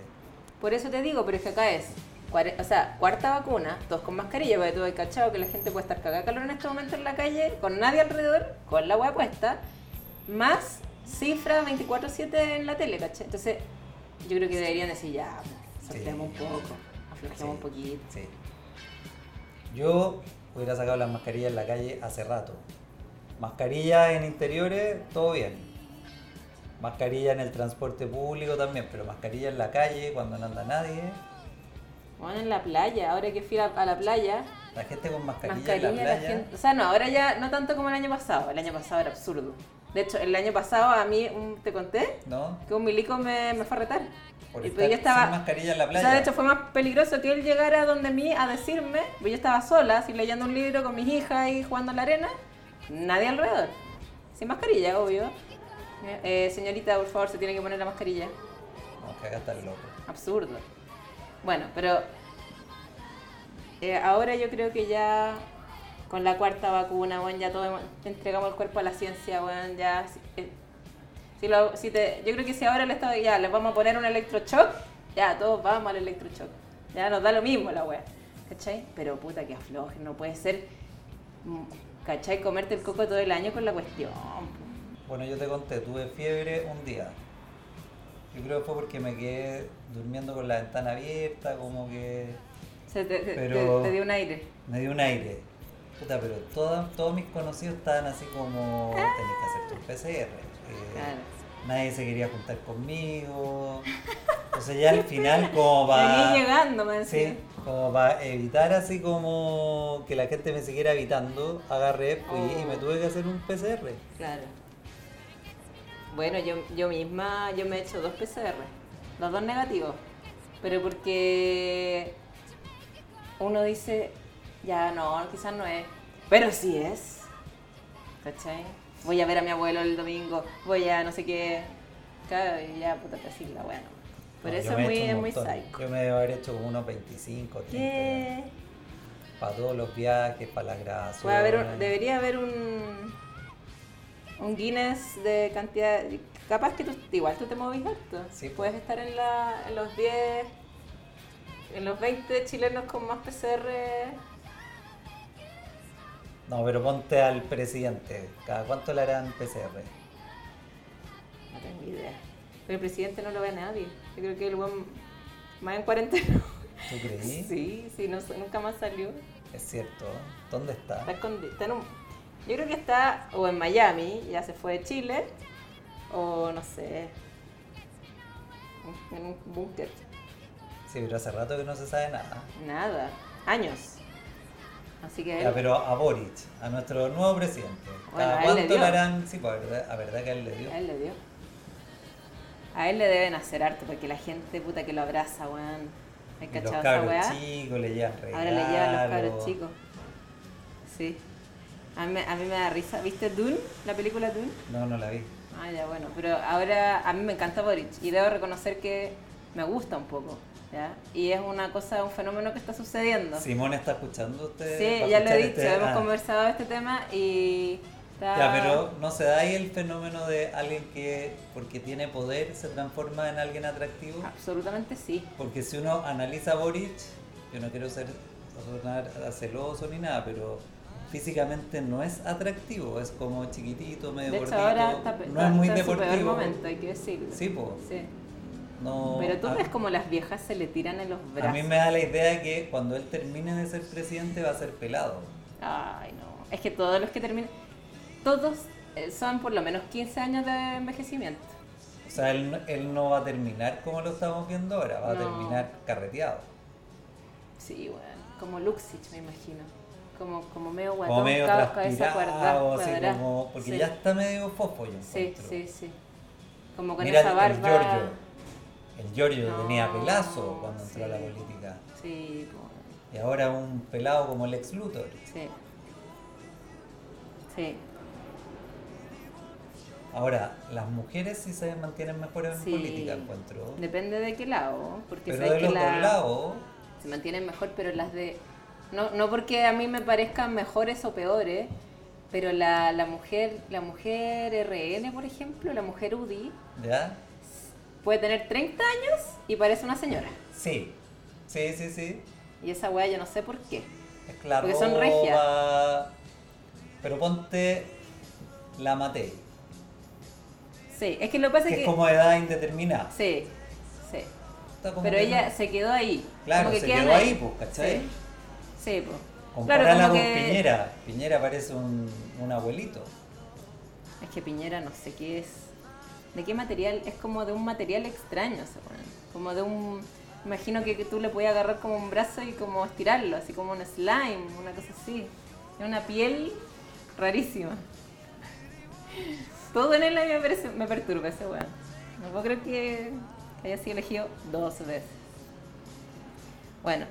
[SPEAKER 7] Por eso te digo, pero es que acá es, cuare- o sea, cuarta vacuna, todos con mascarilla, porque tú has cachado que la gente puede estar cagada de calor en este momento en la calle, con nadie alrededor, con la hueá puesta, más cifra 24-7 en la tele, ¿cachai? Entonces, yo creo que deberían decir, ya, soltemos
[SPEAKER 8] Sí.
[SPEAKER 7] un poco, aflojemos
[SPEAKER 8] Sí.
[SPEAKER 7] un poquito.
[SPEAKER 8] Sí. Yo hubiera sacado las mascarillas en la calle hace rato. Mascarilla en interiores, todo bien. Mascarilla en el transporte público también, pero mascarilla en la calle cuando no anda nadie.
[SPEAKER 7] Bueno, en la playa, ahora que fui a, a la playa,
[SPEAKER 8] La gente con mascarilla, en la
[SPEAKER 7] mascarilla, la
[SPEAKER 8] playa.
[SPEAKER 7] gente... O sea, no, ahora ya no tanto como el año pasado, el año pasado era absurdo. De hecho, el año pasado a mí, un- ¿te conté?
[SPEAKER 8] ¿No?
[SPEAKER 7] Que un milico me, me fue a retar.
[SPEAKER 8] Por
[SPEAKER 7] Y
[SPEAKER 8] estar
[SPEAKER 7] pues yo estaba...
[SPEAKER 8] sin mascarilla en la
[SPEAKER 7] O
[SPEAKER 8] playa.
[SPEAKER 7] sea, de hecho fue más peligroso que él llegara donde mí a decirme, pues yo estaba sola, así leyendo un libro con mis hijas y jugando en la arena, nadie alrededor, sin mascarilla, obvio. Eh, señorita, por favor, se tiene que poner la mascarilla.
[SPEAKER 8] No, que acá está el loco.
[SPEAKER 7] Absurdo. Bueno, pero eh, ahora yo creo que ya con la cuarta vacuna, bueno, ya todos hemos- entregamos el cuerpo a la ciencia, bueno, ya... si- eh, si lo- si te- yo creo que si ahora el Estado ya les vamos a poner un electrochoc, ya todos vamos al electrochoc. Ya nos da lo mismo la wea. ¿Cachai? Pero puta que afloje, no puede ser. mm, ¿Cachai? Comerte el coco todo el año con la cuestión. po.
[SPEAKER 8] Bueno, yo te conté, tuve fiebre un día. Yo creo que fue porque me quedé durmiendo con la ventana abierta, como que
[SPEAKER 7] Se te, te-
[SPEAKER 8] Pero-
[SPEAKER 7] te- te dio un aire.
[SPEAKER 8] me dio un aire. Puta, pero toda- todos mis conocidos estaban así como, tenés que hacerte un PCR. eh,
[SPEAKER 7] Claro.
[SPEAKER 8] nadie se quería juntar conmigo. Entonces ya al final como para...
[SPEAKER 7] Venís llegando, me decía.
[SPEAKER 8] Sí, como para evitar así como que la gente me siguiera evitando, agarré pues, y
[SPEAKER 7] Oh.
[SPEAKER 8] me tuve que hacer un PCR.
[SPEAKER 7] Claro. Bueno, yo, yo misma, yo me he hecho dos PCR, los dos negativos, pero porque uno dice, ya no, quizás no es, pero sí es, ¿cachai? Voy a ver a mi abuelo el domingo, voy a no sé qué, claro, y ya, puta, te así la bueno. Por
[SPEAKER 8] No, yo
[SPEAKER 7] eso
[SPEAKER 8] me he
[SPEAKER 7] es muy,
[SPEAKER 8] hecho un
[SPEAKER 7] es muy
[SPEAKER 8] montón.
[SPEAKER 7] psycho.
[SPEAKER 8] Yo me debo haber hecho unos 25, 30.
[SPEAKER 7] ¿Qué?
[SPEAKER 8] Para todos los viajes, para las grabaciones.
[SPEAKER 7] Puede haber un- debería haber un un Guinness de cantidad. Capaz que tú, igual tú te movís harto.
[SPEAKER 8] Sí, po.
[SPEAKER 7] Puedes estar en, la, en los 10, en los 20 chilenos con más PCR.
[SPEAKER 8] No, pero ponte al presidente. ¿Cada cuánto le harán PCR?
[SPEAKER 7] No tengo idea. Pero el presidente no lo ve a nadie. Yo creo que el buen más en cuarentena.
[SPEAKER 8] ¿Tú creí?
[SPEAKER 7] Sí, sí, no, nunca más salió.
[SPEAKER 8] Es cierto. ¿Dónde está?
[SPEAKER 7] Está escondi- está en un- yo creo que está o en Miami, ya se fue de Chile, o no sé, en un búnker.
[SPEAKER 8] Sí, pero hace rato que no se sabe nada.
[SPEAKER 7] Nada, años. Así que
[SPEAKER 8] Ya, pero a Boric, a nuestro nuevo presidente.
[SPEAKER 7] Bueno, a él
[SPEAKER 8] ¿Cada
[SPEAKER 7] le
[SPEAKER 8] cuánto
[SPEAKER 7] dio.
[SPEAKER 8] le harán? Sí, pues, a verdad, a verdad que a él le dio.
[SPEAKER 7] a él le dio. A él le deben hacer harto, porque la gente puta que lo abraza, weón. ¿Hay
[SPEAKER 8] Y Los
[SPEAKER 7] cachado esa
[SPEAKER 8] cabros
[SPEAKER 7] weá?
[SPEAKER 8] chicos le llevan regalos.
[SPEAKER 7] Ahora le llevan los cabros chicos. Sí. A mí, me- a mí me da risa. ¿Viste Dune? ¿La película Dune?
[SPEAKER 8] No, no la vi.
[SPEAKER 7] Ah, ya, bueno, pero ahora a mí me encanta Boric y debo reconocer que me gusta un poco, ¿ya? Y es una cosa, un fenómeno que está sucediendo.
[SPEAKER 8] Simón está escuchando usted. ¿Va
[SPEAKER 7] Sí,
[SPEAKER 8] a
[SPEAKER 7] ya lo he
[SPEAKER 8] escuchar
[SPEAKER 7] dicho,
[SPEAKER 8] este?
[SPEAKER 7] hemos
[SPEAKER 8] Ah.
[SPEAKER 7] conversado este tema y está...
[SPEAKER 8] Ya, pero no se da ahí el fenómeno de alguien que, porque tiene poder, se transforma en alguien atractivo.
[SPEAKER 7] Ah. Absolutamente sí.
[SPEAKER 8] Porque si uno analiza a Boric, yo no quiero ser sonar a celoso ni nada, pero físicamente no es atractivo, es como chiquitito, medio
[SPEAKER 7] De hecho,
[SPEAKER 8] gordito,
[SPEAKER 7] ahora está, pe-
[SPEAKER 8] no es muy
[SPEAKER 7] está en su
[SPEAKER 8] deportivo.
[SPEAKER 7] peor momento, hay que decirlo.
[SPEAKER 8] Sí, po.
[SPEAKER 7] Sí.
[SPEAKER 8] No, ah,
[SPEAKER 7] Pero tú
[SPEAKER 8] a-
[SPEAKER 7] ves como las viejas se le tiran en los
[SPEAKER 8] A
[SPEAKER 7] brazos.
[SPEAKER 8] mí me da la idea de que cuando él termine de ser presidente va a ser pelado.
[SPEAKER 7] Ay, no. Es que todos los que terminan... Todos eh, son por lo menos 15 años de envejecimiento.
[SPEAKER 8] O sea, él, él no va a terminar como lo estamos viendo ahora,
[SPEAKER 7] No.
[SPEAKER 8] va a terminar carreteado.
[SPEAKER 7] Sí, bueno, como Luxich me imagino. Como, como medio guatón,
[SPEAKER 8] como medio
[SPEAKER 7] cabo- cabeza
[SPEAKER 8] transpirado,
[SPEAKER 7] cuadrada.
[SPEAKER 8] así
[SPEAKER 7] cuadrada.
[SPEAKER 8] como, porque
[SPEAKER 7] Sí.
[SPEAKER 8] ya está medio fofo yo
[SPEAKER 7] Sí,
[SPEAKER 8] encuentro.
[SPEAKER 7] sí, sí. Como con
[SPEAKER 8] Mira
[SPEAKER 7] esa
[SPEAKER 8] el-
[SPEAKER 7] barba.
[SPEAKER 8] el Giorgio. El Giorgio
[SPEAKER 7] No,
[SPEAKER 8] tenía pelazo cuando entró a la
[SPEAKER 7] sí.
[SPEAKER 8] política.
[SPEAKER 7] Sí, po,
[SPEAKER 8] Y ahora un pelado como el ex Luthor.
[SPEAKER 7] sí. Sí,
[SPEAKER 8] Ahora, las mujeres sí se mantienen mejor en
[SPEAKER 7] sí.
[SPEAKER 8] política, encuentro.
[SPEAKER 7] Depende de qué lado, porque
[SPEAKER 8] Pero
[SPEAKER 7] sabes
[SPEAKER 8] de
[SPEAKER 7] que
[SPEAKER 8] los
[SPEAKER 7] la-
[SPEAKER 8] dos lados,
[SPEAKER 7] se mantienen mejor, pero las de... No, no porque a mí me parezcan mejores o peores, pero la, la mujer la mujer RN, por ejemplo, la mujer UDI,
[SPEAKER 8] ¿ya?
[SPEAKER 7] puede tener 30 años y parece una señora.
[SPEAKER 8] Sí. Sí, sí, sí.
[SPEAKER 7] Y esa weá yo no sé por qué.
[SPEAKER 8] Es claro.
[SPEAKER 7] Porque son regias.
[SPEAKER 8] Pero ponte la Matei,
[SPEAKER 7] Sí, es que lo que pasa
[SPEAKER 8] que
[SPEAKER 7] es que...
[SPEAKER 8] es como edad indeterminada.
[SPEAKER 7] Sí, sí.
[SPEAKER 8] Está como
[SPEAKER 7] Pero
[SPEAKER 8] que
[SPEAKER 7] ella
[SPEAKER 8] no-
[SPEAKER 7] se quedó ahí.
[SPEAKER 8] Claro,
[SPEAKER 7] Como que
[SPEAKER 8] se
[SPEAKER 7] quedan
[SPEAKER 8] quedó ahí, pues, ¿cachai?
[SPEAKER 7] Sí, sí pues.
[SPEAKER 8] Comparala
[SPEAKER 7] como
[SPEAKER 8] con
[SPEAKER 7] que-
[SPEAKER 8] Piñera. Piñera parece un, un abuelito.
[SPEAKER 7] Es que Piñera no sé qué es. ¿De qué material? Es como de un material extraño, se pone. Como de un... Imagino que, que tú le podías agarrar como un brazo y como estirarlo, así como un slime, una cosa así. Es una piel rarísima. Todo en él a mí me, parece- me perturba ese weón. No puedo creer que haya sido elegido dos veces. Bueno.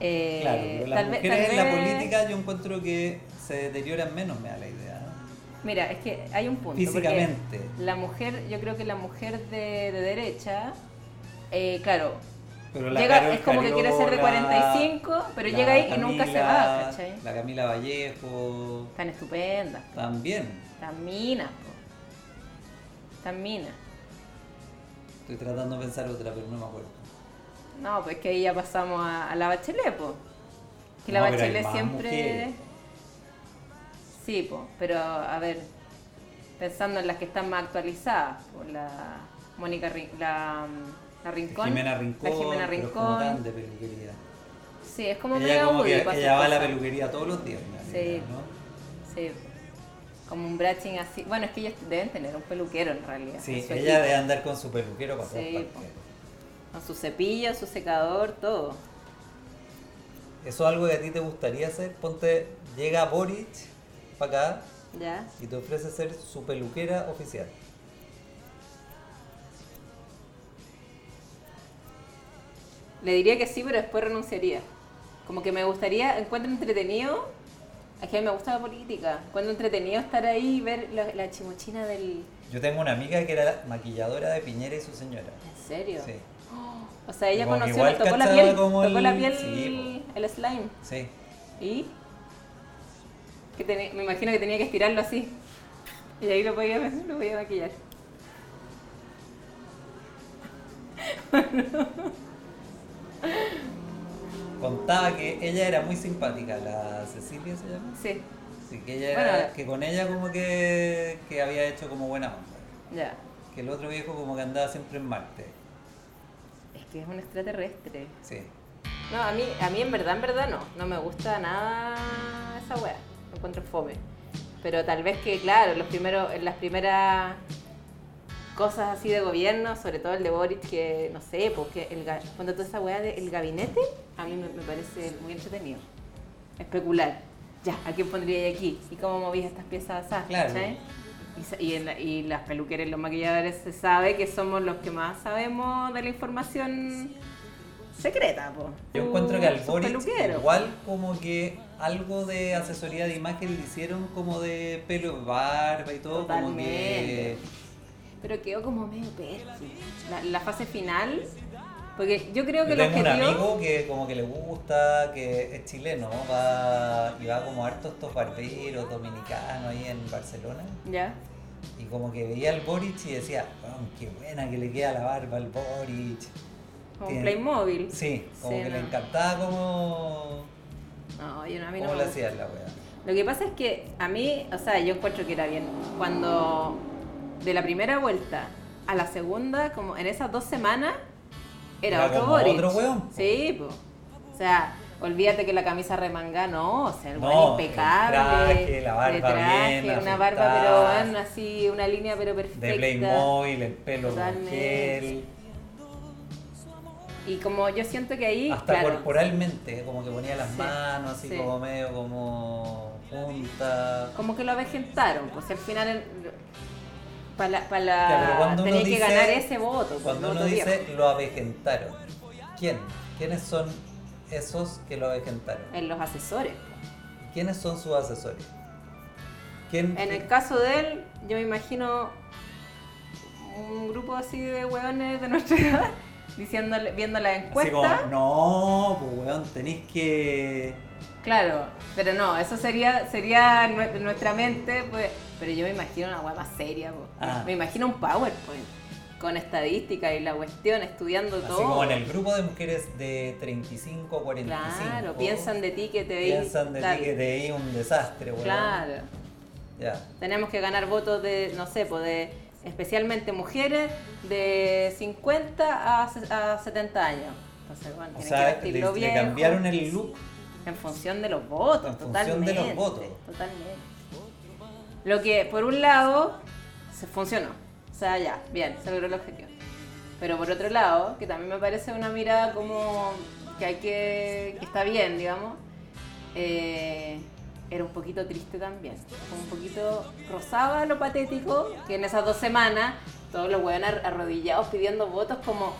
[SPEAKER 7] Eh,
[SPEAKER 8] Claro, pero las
[SPEAKER 7] tal ve-
[SPEAKER 8] mujeres
[SPEAKER 7] tal
[SPEAKER 8] en la
[SPEAKER 7] vez-
[SPEAKER 8] política yo encuentro que se deterioran menos, me da la idea. ¿no?
[SPEAKER 7] Mira, es que hay un punto. porque
[SPEAKER 8] Físicamente.
[SPEAKER 7] La mujer, yo creo que la mujer de, de derecha, eh, claro,
[SPEAKER 8] Pero la
[SPEAKER 7] llega,
[SPEAKER 8] Carol
[SPEAKER 7] es como que quiere ser de
[SPEAKER 8] Carola,
[SPEAKER 7] 45, pero
[SPEAKER 8] la
[SPEAKER 7] llega ahí y nunca se va,
[SPEAKER 8] Camila,
[SPEAKER 7] ¿cachai?
[SPEAKER 8] La Camila Vallejo
[SPEAKER 7] Están estupendas,
[SPEAKER 8] también.
[SPEAKER 7] están minas, po. están minas.
[SPEAKER 8] Estoy tratando de pensar otra, pero no me acuerdo.
[SPEAKER 7] No, pues que ahí ya pasamos a, a la bachelet, po. Que la
[SPEAKER 8] No, pero hay
[SPEAKER 7] bachelet
[SPEAKER 8] más
[SPEAKER 7] siempre...
[SPEAKER 8] mujeres.
[SPEAKER 7] Sí, po, pero a ver, pensando en las que están más actualizadas, por la Mónica Rin- la, mm, la Rincón.
[SPEAKER 8] Jimena Rincón.
[SPEAKER 7] La Jimena
[SPEAKER 8] pero es
[SPEAKER 7] Rincón.
[SPEAKER 8] como tan de peluquería.
[SPEAKER 7] Sí, es como
[SPEAKER 8] ella
[SPEAKER 7] medio
[SPEAKER 8] como que-
[SPEAKER 7] Woody para
[SPEAKER 8] ella
[SPEAKER 7] sus
[SPEAKER 8] va a la
[SPEAKER 7] cosas.
[SPEAKER 8] peluquería todos los días. me da la
[SPEAKER 7] Sí.
[SPEAKER 8] idea, ¿no?
[SPEAKER 7] Sí. Como un brushing así. Bueno, es que ellos deben tener un peluquero en realidad.
[SPEAKER 8] Sí,
[SPEAKER 7] en su
[SPEAKER 8] ella
[SPEAKER 7] equipo.
[SPEAKER 8] debe andar con su peluquero para todas
[SPEAKER 7] Sí, po.
[SPEAKER 8] partes.
[SPEAKER 7] Con su cepillo, su secador, todo.
[SPEAKER 8] ¿Eso es algo que a ti te gustaría hacer? Ponte, llega Boric para acá
[SPEAKER 7] ¿Ya?
[SPEAKER 8] y te ofrece ser su peluquera oficial.
[SPEAKER 7] Le diría que sí, pero después renunciaría. Como que me gustaría, encuentro entretenido. Es que a mí me gusta la política. Encuentro entretenido estar ahí y ver la, la chimochina del.
[SPEAKER 8] Yo tengo una amiga que era maquilladora de Piñera y su señora.
[SPEAKER 7] ¿En serio?
[SPEAKER 8] Sí,
[SPEAKER 7] O sea, ella
[SPEAKER 8] Como que
[SPEAKER 7] conoció,
[SPEAKER 8] igual
[SPEAKER 7] le tocó la
[SPEAKER 8] cachaba
[SPEAKER 7] piel.
[SPEAKER 8] como
[SPEAKER 7] Tocó la
[SPEAKER 8] el-
[SPEAKER 7] piel
[SPEAKER 8] sí,
[SPEAKER 7] el slime.
[SPEAKER 8] sí.
[SPEAKER 7] ¿Y? Que teni- me imagino que tenía que estirarlo así. Y ahí lo podía, lo podía maquillar.
[SPEAKER 8] Contaba que ella era muy simpática, la Cecilia se llama.
[SPEAKER 7] Sí,
[SPEAKER 8] Sí, que ella era-
[SPEAKER 7] Bueno.
[SPEAKER 8] que con ella como que, que había hecho como buena onda.
[SPEAKER 7] ya.
[SPEAKER 8] Que el otro viejo como que andaba siempre en Marte.
[SPEAKER 7] Es que es un extraterrestre.
[SPEAKER 8] Sí.
[SPEAKER 7] No, a mí, a mí en verdad, en verdad no. No me gusta nada esa wea. Me encuentro fome. Pero tal vez que, claro, los primeros, en las primeras cosas así de gobierno, sobre todo el de Boric, que no sé, porque el, ga- cuando toda esa wea del gabinete, a mí me, me parece muy entretenido. Especular. Ya, ¿a quién pondría ahí aquí? ¿Y cómo movías estas piezas así?
[SPEAKER 8] Claro.
[SPEAKER 7] ¿cachai? Y sa- Y, en la- y las peluqueras y los maquilladores se sabe que somos los que más sabemos de la información secreta, po.
[SPEAKER 8] Yo
[SPEAKER 7] Tú,
[SPEAKER 8] encuentro que al
[SPEAKER 7] sos
[SPEAKER 8] Boric
[SPEAKER 7] peluquero.
[SPEAKER 8] igual como que algo de asesoría de imagen le hicieron como de pelo, barba y todo, como que...
[SPEAKER 7] Totalmente. Pero quedó como medio perky. La, la fase final, porque yo creo que
[SPEAKER 8] Yo
[SPEAKER 7] el
[SPEAKER 8] tengo un
[SPEAKER 7] objetivo...
[SPEAKER 8] amigo que como que le gusta, que es chileno, va, y va como a hartos estos barberos dominicanos ahí en Barcelona.
[SPEAKER 7] Ya,
[SPEAKER 8] Y como que veía al Boric y decía, "Weón, qué buena que le queda la barba al Boric.
[SPEAKER 7] como
[SPEAKER 8] Tiene-
[SPEAKER 7] un Playmobil.
[SPEAKER 8] Sí, como
[SPEAKER 7] Sí,
[SPEAKER 8] que le
[SPEAKER 7] no.
[SPEAKER 8] encantaba como,
[SPEAKER 7] No, yo no, a mí no
[SPEAKER 8] como
[SPEAKER 7] me
[SPEAKER 8] le
[SPEAKER 7] gusta.
[SPEAKER 8] hacían la wea.
[SPEAKER 7] Lo que pasa es que a mí, o sea, yo encuentro que era bien. Cuando de la primera vuelta a la segunda, como en esas dos semanas, era,
[SPEAKER 8] Era
[SPEAKER 7] otro
[SPEAKER 8] como
[SPEAKER 7] Boric.
[SPEAKER 8] otro weón, po.
[SPEAKER 7] Sí, po. O sea, olvídate que la camisa remanga, no, o sea, el
[SPEAKER 8] No,
[SPEAKER 7] weón impecable.
[SPEAKER 8] el traje, la barba
[SPEAKER 7] de traje,
[SPEAKER 8] bien
[SPEAKER 7] una
[SPEAKER 8] ajustada.
[SPEAKER 7] barba, pero bueno, así, una línea pero perfecta.
[SPEAKER 8] De Playmobil, el pelo con
[SPEAKER 7] Totalmente.
[SPEAKER 8] gel,
[SPEAKER 7] Y como yo siento que ahí,
[SPEAKER 8] hasta
[SPEAKER 7] claro,
[SPEAKER 8] corporalmente, ¿eh? como que ponía las
[SPEAKER 7] Sí,
[SPEAKER 8] manos así
[SPEAKER 7] sí.
[SPEAKER 8] como medio como junta.
[SPEAKER 7] como que lo avejentaron, pues si al final el- para la, pa' la-
[SPEAKER 8] Ya, pero cuando uno
[SPEAKER 7] tenía que
[SPEAKER 8] dice-
[SPEAKER 7] ganar ese voto. pues,
[SPEAKER 8] Cuando
[SPEAKER 7] el
[SPEAKER 8] uno
[SPEAKER 7] voto
[SPEAKER 8] dice
[SPEAKER 7] viejo.
[SPEAKER 8] lo avejentaron, ¿quién? ¿Quiénes son esos que lo avejentaron?
[SPEAKER 7] en los asesores.
[SPEAKER 8] ¿Quiénes son sus asesores? ¿Quién?
[SPEAKER 7] En el caso de él, yo me imagino un grupo así de hueones de nuestra edad diciéndole, viendo la
[SPEAKER 8] Así como,
[SPEAKER 7] encuesta.
[SPEAKER 8] no, pues weón, tenéis que.
[SPEAKER 7] Claro, pero no, eso sería sería nue- nuestra mente, pues, pero yo me imagino una hueá más seria. po.
[SPEAKER 8] Ah.
[SPEAKER 7] Me imagino un PowerPoint con estadística y la cuestión, estudiando
[SPEAKER 8] Así
[SPEAKER 7] todo.
[SPEAKER 8] como en el grupo de mujeres de 35 a 45.
[SPEAKER 7] Claro, piensan de ti que te veis.
[SPEAKER 8] Piensan de
[SPEAKER 7] tal.
[SPEAKER 8] ti que te di un desastre, weón.
[SPEAKER 7] Claro.
[SPEAKER 8] Ya.
[SPEAKER 7] Tenemos que ganar votos de, no sé, pues de especialmente mujeres de 50 a, se- a 70 años. Entonces, bueno,
[SPEAKER 8] O
[SPEAKER 7] tienen que
[SPEAKER 8] sea, le,
[SPEAKER 7] vestirlo
[SPEAKER 8] le
[SPEAKER 7] viejo.
[SPEAKER 8] cambiaron el look.
[SPEAKER 7] En función de los votos,
[SPEAKER 8] En función
[SPEAKER 7] totalmente.
[SPEAKER 8] de los votos.
[SPEAKER 7] Totalmente. Lo que, por un lado, se funcionó. O sea, ya, bien, se logró el objetivo. Pero por otro lado, que también me parece una mirada como que hay que. que está bien, digamos. eh, era un poquito triste también. Como Un poquito rozaba lo patético que en esas dos semanas todos los hueones ar- arrodillados pidiendo votos como.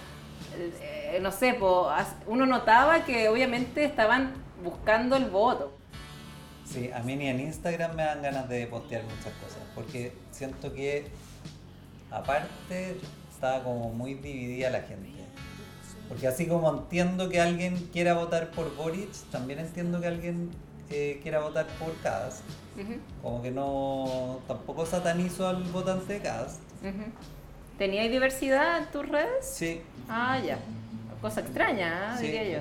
[SPEAKER 7] eh, eh, no sé, po, as- uno notaba que obviamente estaban buscando el voto.
[SPEAKER 8] Sí, a mí ni en Instagram me dan ganas de postear muchas cosas. Porque siento que, aparte, estaba como muy dividida la gente. Porque así como entiendo que alguien quiera votar por Boric, también entiendo que alguien eh, quiera votar por Kass. Como que no. tampoco satanizo al votante de Kass.
[SPEAKER 7] ¿Teníais diversidad en tus redes?
[SPEAKER 8] Sí,
[SPEAKER 7] Ah, ya. Cosa extraña, ¿eh?
[SPEAKER 8] Sí.
[SPEAKER 7] diría yo.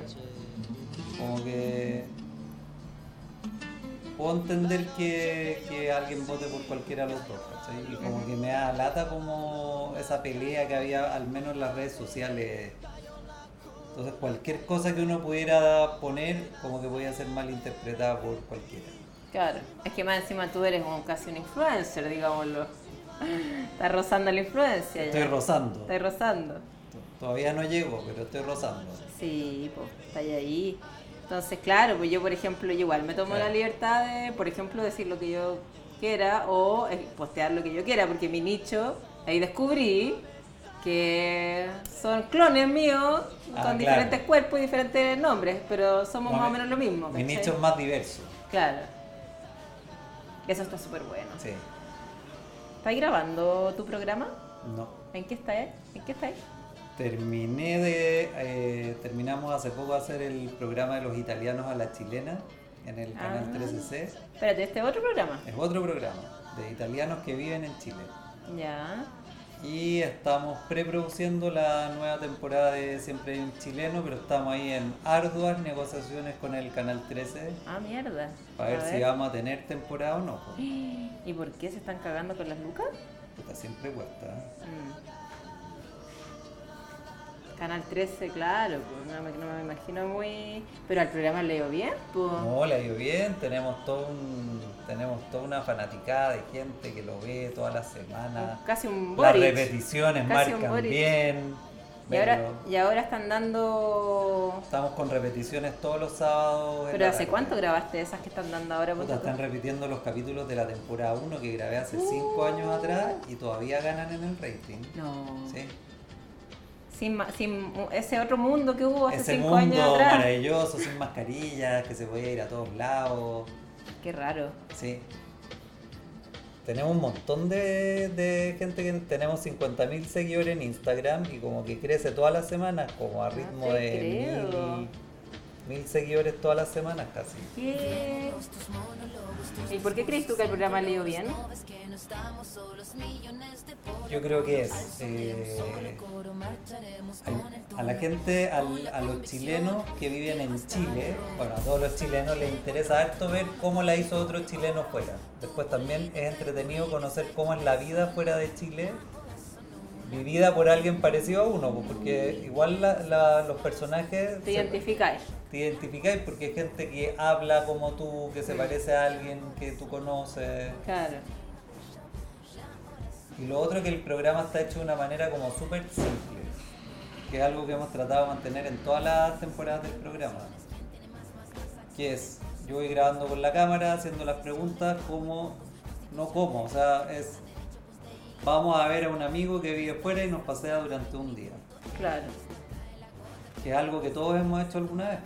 [SPEAKER 8] Como que. Puedo entender que, que alguien vote por cualquiera de los dos, ¿cachai? Y como que me da lata como esa pelea que había, al menos en las redes sociales. Entonces, cualquier cosa que uno pudiera poner, como que podía ser malinterpretada por cualquiera.
[SPEAKER 7] Claro, es que más encima tú eres un- casi un influencer, digámoslo. Estás rozando la influencia ya.
[SPEAKER 8] Estoy rozando.
[SPEAKER 7] Estás rozando.
[SPEAKER 8] T- Todavía no llego, pero estoy rozando.
[SPEAKER 7] Sí, pues, está ahí. Entonces, claro, pues yo, por ejemplo, yo igual me tomo
[SPEAKER 8] Claro.
[SPEAKER 7] la libertad de, por ejemplo, decir lo que yo quiera o eh, postear lo que yo quiera, porque mi nicho, ahí descubrí que son clones míos
[SPEAKER 8] Ah,
[SPEAKER 7] con
[SPEAKER 8] claro.
[SPEAKER 7] diferentes cuerpos y diferentes nombres, pero somos más o menos lo mismo.
[SPEAKER 8] Mi
[SPEAKER 7] ¿cachai?
[SPEAKER 8] nicho es más diverso.
[SPEAKER 7] Claro. Eso está súper bueno.
[SPEAKER 8] Sí.
[SPEAKER 7] ¿Estás grabando tu programa?
[SPEAKER 8] No.
[SPEAKER 7] ¿En qué está? eh? ¿En qué está? eh?
[SPEAKER 8] Terminé de. eh, terminamos hace poco de hacer el programa de los italianos a la chilena en el canal
[SPEAKER 7] Ah.
[SPEAKER 8] 13C.
[SPEAKER 7] Espérate, este es otro programa.
[SPEAKER 8] Es otro programa de italianos que viven en Chile.
[SPEAKER 7] Ya.
[SPEAKER 8] Y estamos preproduciendo la nueva temporada de Siempre hay un chileno, pero estamos ahí en arduas negociaciones con el canal 13
[SPEAKER 7] Ah, mierda.
[SPEAKER 8] para ver, si vamos a tener temporada o no. pues.
[SPEAKER 7] ¿Y por qué se están cagando con las lucas?
[SPEAKER 8] Puta, siempre cuesta. ¿eh?
[SPEAKER 7] Mm. Canal 13, claro, pues no me, no me imagino muy. Pero al programa le dio bien, pues.
[SPEAKER 8] No, le ha ido bien, tenemos todo un, tenemos toda una fanaticada de gente que lo ve todas las semanas.
[SPEAKER 7] Casi un
[SPEAKER 8] Las
[SPEAKER 7] Boric.
[SPEAKER 8] repeticiones
[SPEAKER 7] Casi un
[SPEAKER 8] marcan
[SPEAKER 7] Boric.
[SPEAKER 8] bien.
[SPEAKER 7] Y ahora,
[SPEAKER 8] Pero
[SPEAKER 7] y ahora están dando.
[SPEAKER 8] Estamos con repeticiones todos los sábados. en
[SPEAKER 7] ¿Pero
[SPEAKER 8] la
[SPEAKER 7] hace
[SPEAKER 8] tarde.
[SPEAKER 7] cuánto grabaste esas que están dando ahora?
[SPEAKER 8] Puta,
[SPEAKER 7] ponte tú?
[SPEAKER 8] están repitiendo los capítulos de la temporada 1 que grabé hace 5 años atrás y todavía ganan en el rating.
[SPEAKER 7] Uh. No.
[SPEAKER 8] Sí.
[SPEAKER 7] Sin, ma- sin mu- ese otro mundo que hubo hace
[SPEAKER 8] Ese
[SPEAKER 7] cinco
[SPEAKER 8] mundo
[SPEAKER 7] años atrás.
[SPEAKER 8] maravilloso, sin mascarillas, que se podía ir a todos lados.
[SPEAKER 7] Qué raro.
[SPEAKER 8] Sí. Tenemos un montón de, de gente que tenemos 50.000 seguidores en Instagram y como que crece todas las semanas, como a
[SPEAKER 7] No
[SPEAKER 8] ritmo
[SPEAKER 7] te
[SPEAKER 8] de
[SPEAKER 7] creo.
[SPEAKER 8] mil, mil seguidores todas las semanas casi.
[SPEAKER 7] ¿Qué? ¿Y por qué crees tú que el programa le dio bien?
[SPEAKER 8] Yo creo que es. eh, a la gente, al- a los chilenos que viven en Chile, bueno, a todos los chilenos les interesa harto ver cómo la hizo otro chileno fuera. Después también es entretenido conocer cómo es la vida fuera de Chile, vivida por alguien parecido a uno, pues, porque igual la- la- los personajes
[SPEAKER 7] ¿Te
[SPEAKER 8] se-
[SPEAKER 7] identificáis?
[SPEAKER 8] te identificáis porque es gente que habla como tú, que se parece a alguien que tú conoces.
[SPEAKER 7] Claro.
[SPEAKER 8] Y lo otro que el programa está hecho de una manera como súper simple, que es algo que hemos tratado de mantener en todas las temporadas del programa. Que es, yo voy grabando con la cámara, haciendo las preguntas, como, no como, o sea, es, vamos a ver a un amigo que vive fuera y nos pasea durante un día.
[SPEAKER 7] Claro.
[SPEAKER 8] Que es algo que todos hemos hecho alguna vez,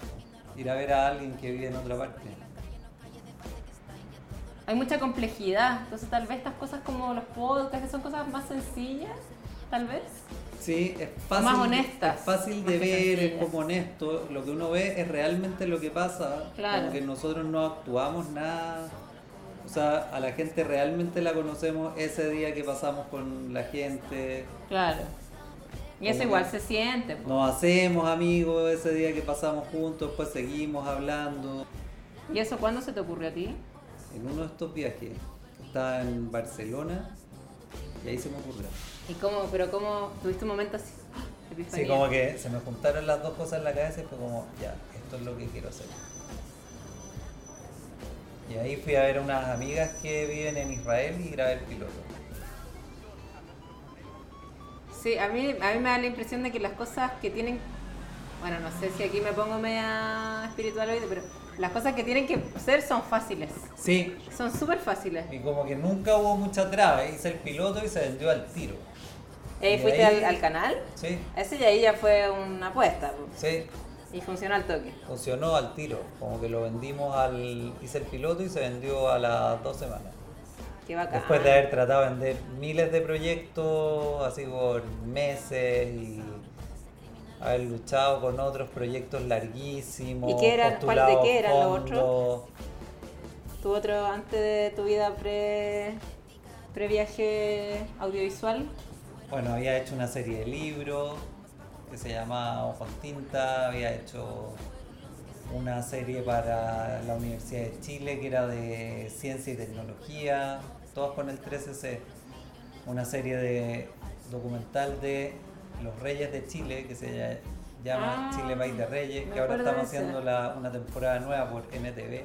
[SPEAKER 8] ir a ver a alguien que vive en otra parte.
[SPEAKER 7] Hay mucha complejidad, entonces tal vez estas cosas como los podcasts, que son cosas más sencillas, tal vez.
[SPEAKER 8] Sí, es fácil.
[SPEAKER 7] Más honestas,
[SPEAKER 8] es fácil
[SPEAKER 7] más
[SPEAKER 8] de
[SPEAKER 7] que
[SPEAKER 8] ver, es
[SPEAKER 7] sencillas.
[SPEAKER 8] como honesto. Lo que uno ve es realmente lo que pasa.
[SPEAKER 7] Claro.
[SPEAKER 8] Porque nosotros no actuamos nada. O sea, a la gente realmente la conocemos ese día que pasamos con la gente.
[SPEAKER 7] Claro. Y eso
[SPEAKER 8] Como
[SPEAKER 7] igual
[SPEAKER 8] que-
[SPEAKER 7] se siente. po.
[SPEAKER 8] Nos hacemos amigos ese día que pasamos juntos, después seguimos hablando.
[SPEAKER 7] ¿Y eso cuándo se te ocurrió a ti?
[SPEAKER 8] En uno de estos viajes, estaba en Barcelona y ahí se me ocurrió.
[SPEAKER 7] ¿Y cómo, pero cómo tuviste un momento así? ¡ah!
[SPEAKER 8] Sí,
[SPEAKER 7] Epifanía.
[SPEAKER 8] como que se me juntaron las dos cosas en la cabeza y fue como, ya, esto es lo que quiero hacer. Y ahí fui a ver a unas amigas que viven en Israel y grabé el piloto.
[SPEAKER 7] Sí, a mí, a mí me da la impresión de que las cosas que tienen, bueno, no sé si aquí me pongo media espiritual hoy, pero las cosas que tienen que ser son fáciles,
[SPEAKER 8] Sí.
[SPEAKER 7] son súper fáciles.
[SPEAKER 8] Y como que nunca hubo mucha traba, ¿eh? hice el piloto y se vendió al tiro.
[SPEAKER 7] ¿Y ahí
[SPEAKER 8] Y
[SPEAKER 7] fuiste
[SPEAKER 8] ahí-
[SPEAKER 7] al, al canal?
[SPEAKER 8] Sí,
[SPEAKER 7] Ese y ahí ya fue una apuesta po,
[SPEAKER 8] sí,
[SPEAKER 7] y funcionó al toque.
[SPEAKER 8] funcionó al tiro. Como que lo vendimos al... hice el piloto y se vendió a las dos semanas.
[SPEAKER 7] Qué bacán.
[SPEAKER 8] Después de haber tratado de vender miles de proyectos, así por meses y haber luchado con otros proyectos larguísimos.
[SPEAKER 7] ¿Y qué eran? ¿Cuál de
[SPEAKER 8] postulado
[SPEAKER 7] qué eran los
[SPEAKER 8] fondos.
[SPEAKER 7] ¿Tu otro antes de tu vida pre, viaje audiovisual?
[SPEAKER 8] Bueno, había hecho una serie de libros que se llama Ojo en Tinta, había hecho una serie para la Universidad de Chile que era de ciencia y tecnología, todas con el 13C, una serie de documental de los reyes de Chile que se lla-
[SPEAKER 7] Ah,
[SPEAKER 8] llama Chile País de Reyes,
[SPEAKER 7] me
[SPEAKER 8] que ahora
[SPEAKER 7] acuerdo
[SPEAKER 8] estamos
[SPEAKER 7] de ese.
[SPEAKER 8] haciendo la- una temporada nueva por NTV.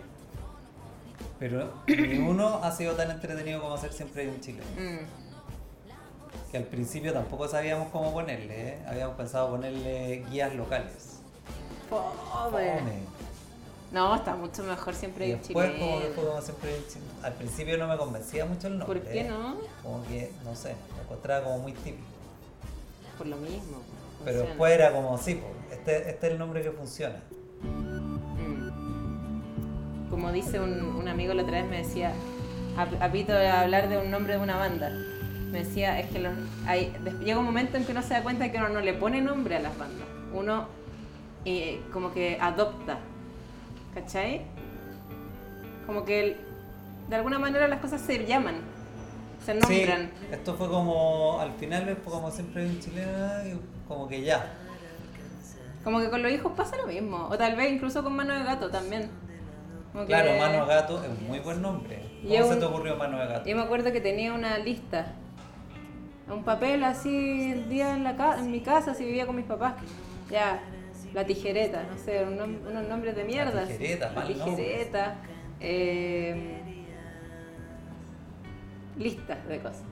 [SPEAKER 8] Pero ni uno ha sido tan entretenido como hacer siempre hay un chileno.
[SPEAKER 7] Mm,
[SPEAKER 8] Que al principio tampoco sabíamos cómo ponerle, ¿eh? Habíamos pensado ponerle guías locales.
[SPEAKER 7] Pobre.
[SPEAKER 8] Fome.
[SPEAKER 7] Oh, No, está mucho mejor siempre
[SPEAKER 8] Y
[SPEAKER 7] hay un
[SPEAKER 8] después como que
[SPEAKER 7] chileno.
[SPEAKER 8] fue como siempre hay un chileno. Al principio no me convencía mucho el nombre.
[SPEAKER 7] ¿Por qué
[SPEAKER 8] ¿eh?
[SPEAKER 7] no?
[SPEAKER 8] Como que, no sé, lo encontraba como muy típico.
[SPEAKER 7] Por lo mismo. pues,
[SPEAKER 8] Pero
[SPEAKER 7] funciona.
[SPEAKER 8] después era como, sí, po, este, este es el nombre que funciona.
[SPEAKER 7] Mm. Como dice un, un amigo la otra vez, me decía, a- apito a hablar de un nombre de una banda. Me decía, es que los- hay- des- llega un momento en que uno se da cuenta que uno no le pone nombre a las bandas. Uno eh, como que adopta. ¿Cachai? Como que el- de alguna manera las cosas se llaman, se
[SPEAKER 8] Sí,
[SPEAKER 7] nombran.
[SPEAKER 8] esto fue como, al final es como siempre hay un chileno, y como que ya.
[SPEAKER 7] Como que con los hijos pasa lo mismo. O tal vez incluso con mano de gato también. Como que-
[SPEAKER 8] Claro, Mano de Gato es un muy buen nombre.
[SPEAKER 7] Y
[SPEAKER 8] ¿Cómo
[SPEAKER 7] es
[SPEAKER 8] se
[SPEAKER 7] un-
[SPEAKER 8] te ocurrió Mano de Gato?
[SPEAKER 7] Yo me acuerdo que tenía una lista, un papel así el día en, la ca- en mi casa, si vivía con mis papás. Ya, la tijereta, no sé, un nom- unos nombres de mierda.
[SPEAKER 8] tijereta,
[SPEAKER 7] la
[SPEAKER 8] mal nombre.
[SPEAKER 7] tijereta. eh, listas de cosas.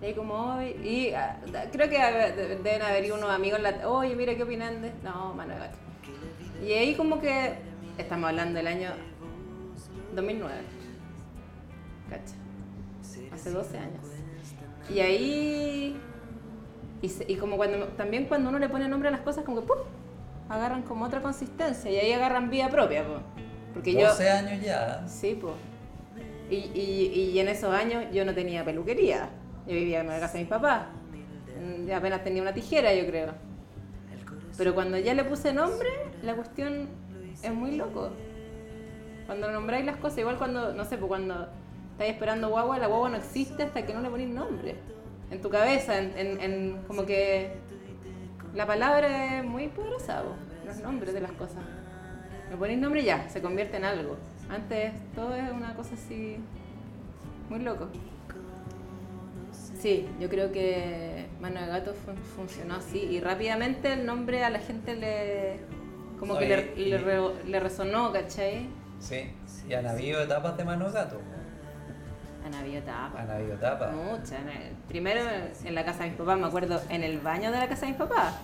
[SPEAKER 7] Y ahí como hoy, y ah, da- creo que a- de- deben haber ido unos amigos, en la, oye, mira qué opinan de. No, mano de gato. Y ahí como que estamos hablando del año 2009. Cacha. Hace 12 años. Y ahí... Y, se- y como cuando también cuando uno le pone nombre a las cosas, como que ¡pum! agarran como otra consistencia y ahí agarran vida propia. po. Porque yo...
[SPEAKER 8] 12 años ya.
[SPEAKER 7] Sí, pues. Y, y- y en esos años yo no tenía peluquería. Yo vivía en la casa de mis papás. Mm, Apenas tenía una tijera, yo creo. Pero cuando ya le puse nombre, la cuestión es muy loco. Cuando nombráis las cosas, igual cuando, no sé, pues cuando estáis esperando guagua, la guagua no existe hasta que no le ponéis nombre. En tu cabeza, en, en- en- como que la palabra es muy poderosa, po, los nombres de las cosas. Le ponéis nombre y ya, se convierte en algo. Antes todo es una cosa así muy loco. Sí, yo creo que Mano de Gato fun- funcionó así y rápidamente el nombre a la gente le como que
[SPEAKER 8] Oye,
[SPEAKER 7] le, le
[SPEAKER 8] y-
[SPEAKER 7] re- le resonó, ¿cachai?
[SPEAKER 8] Sí. Y han habido etapas de Mano de Gato.
[SPEAKER 7] Han habido etapas.
[SPEAKER 8] Han habido etapas.
[SPEAKER 7] Muchas. en el- Primero en la casa de mis papás, me acuerdo, en el baño de la casa de mis papás.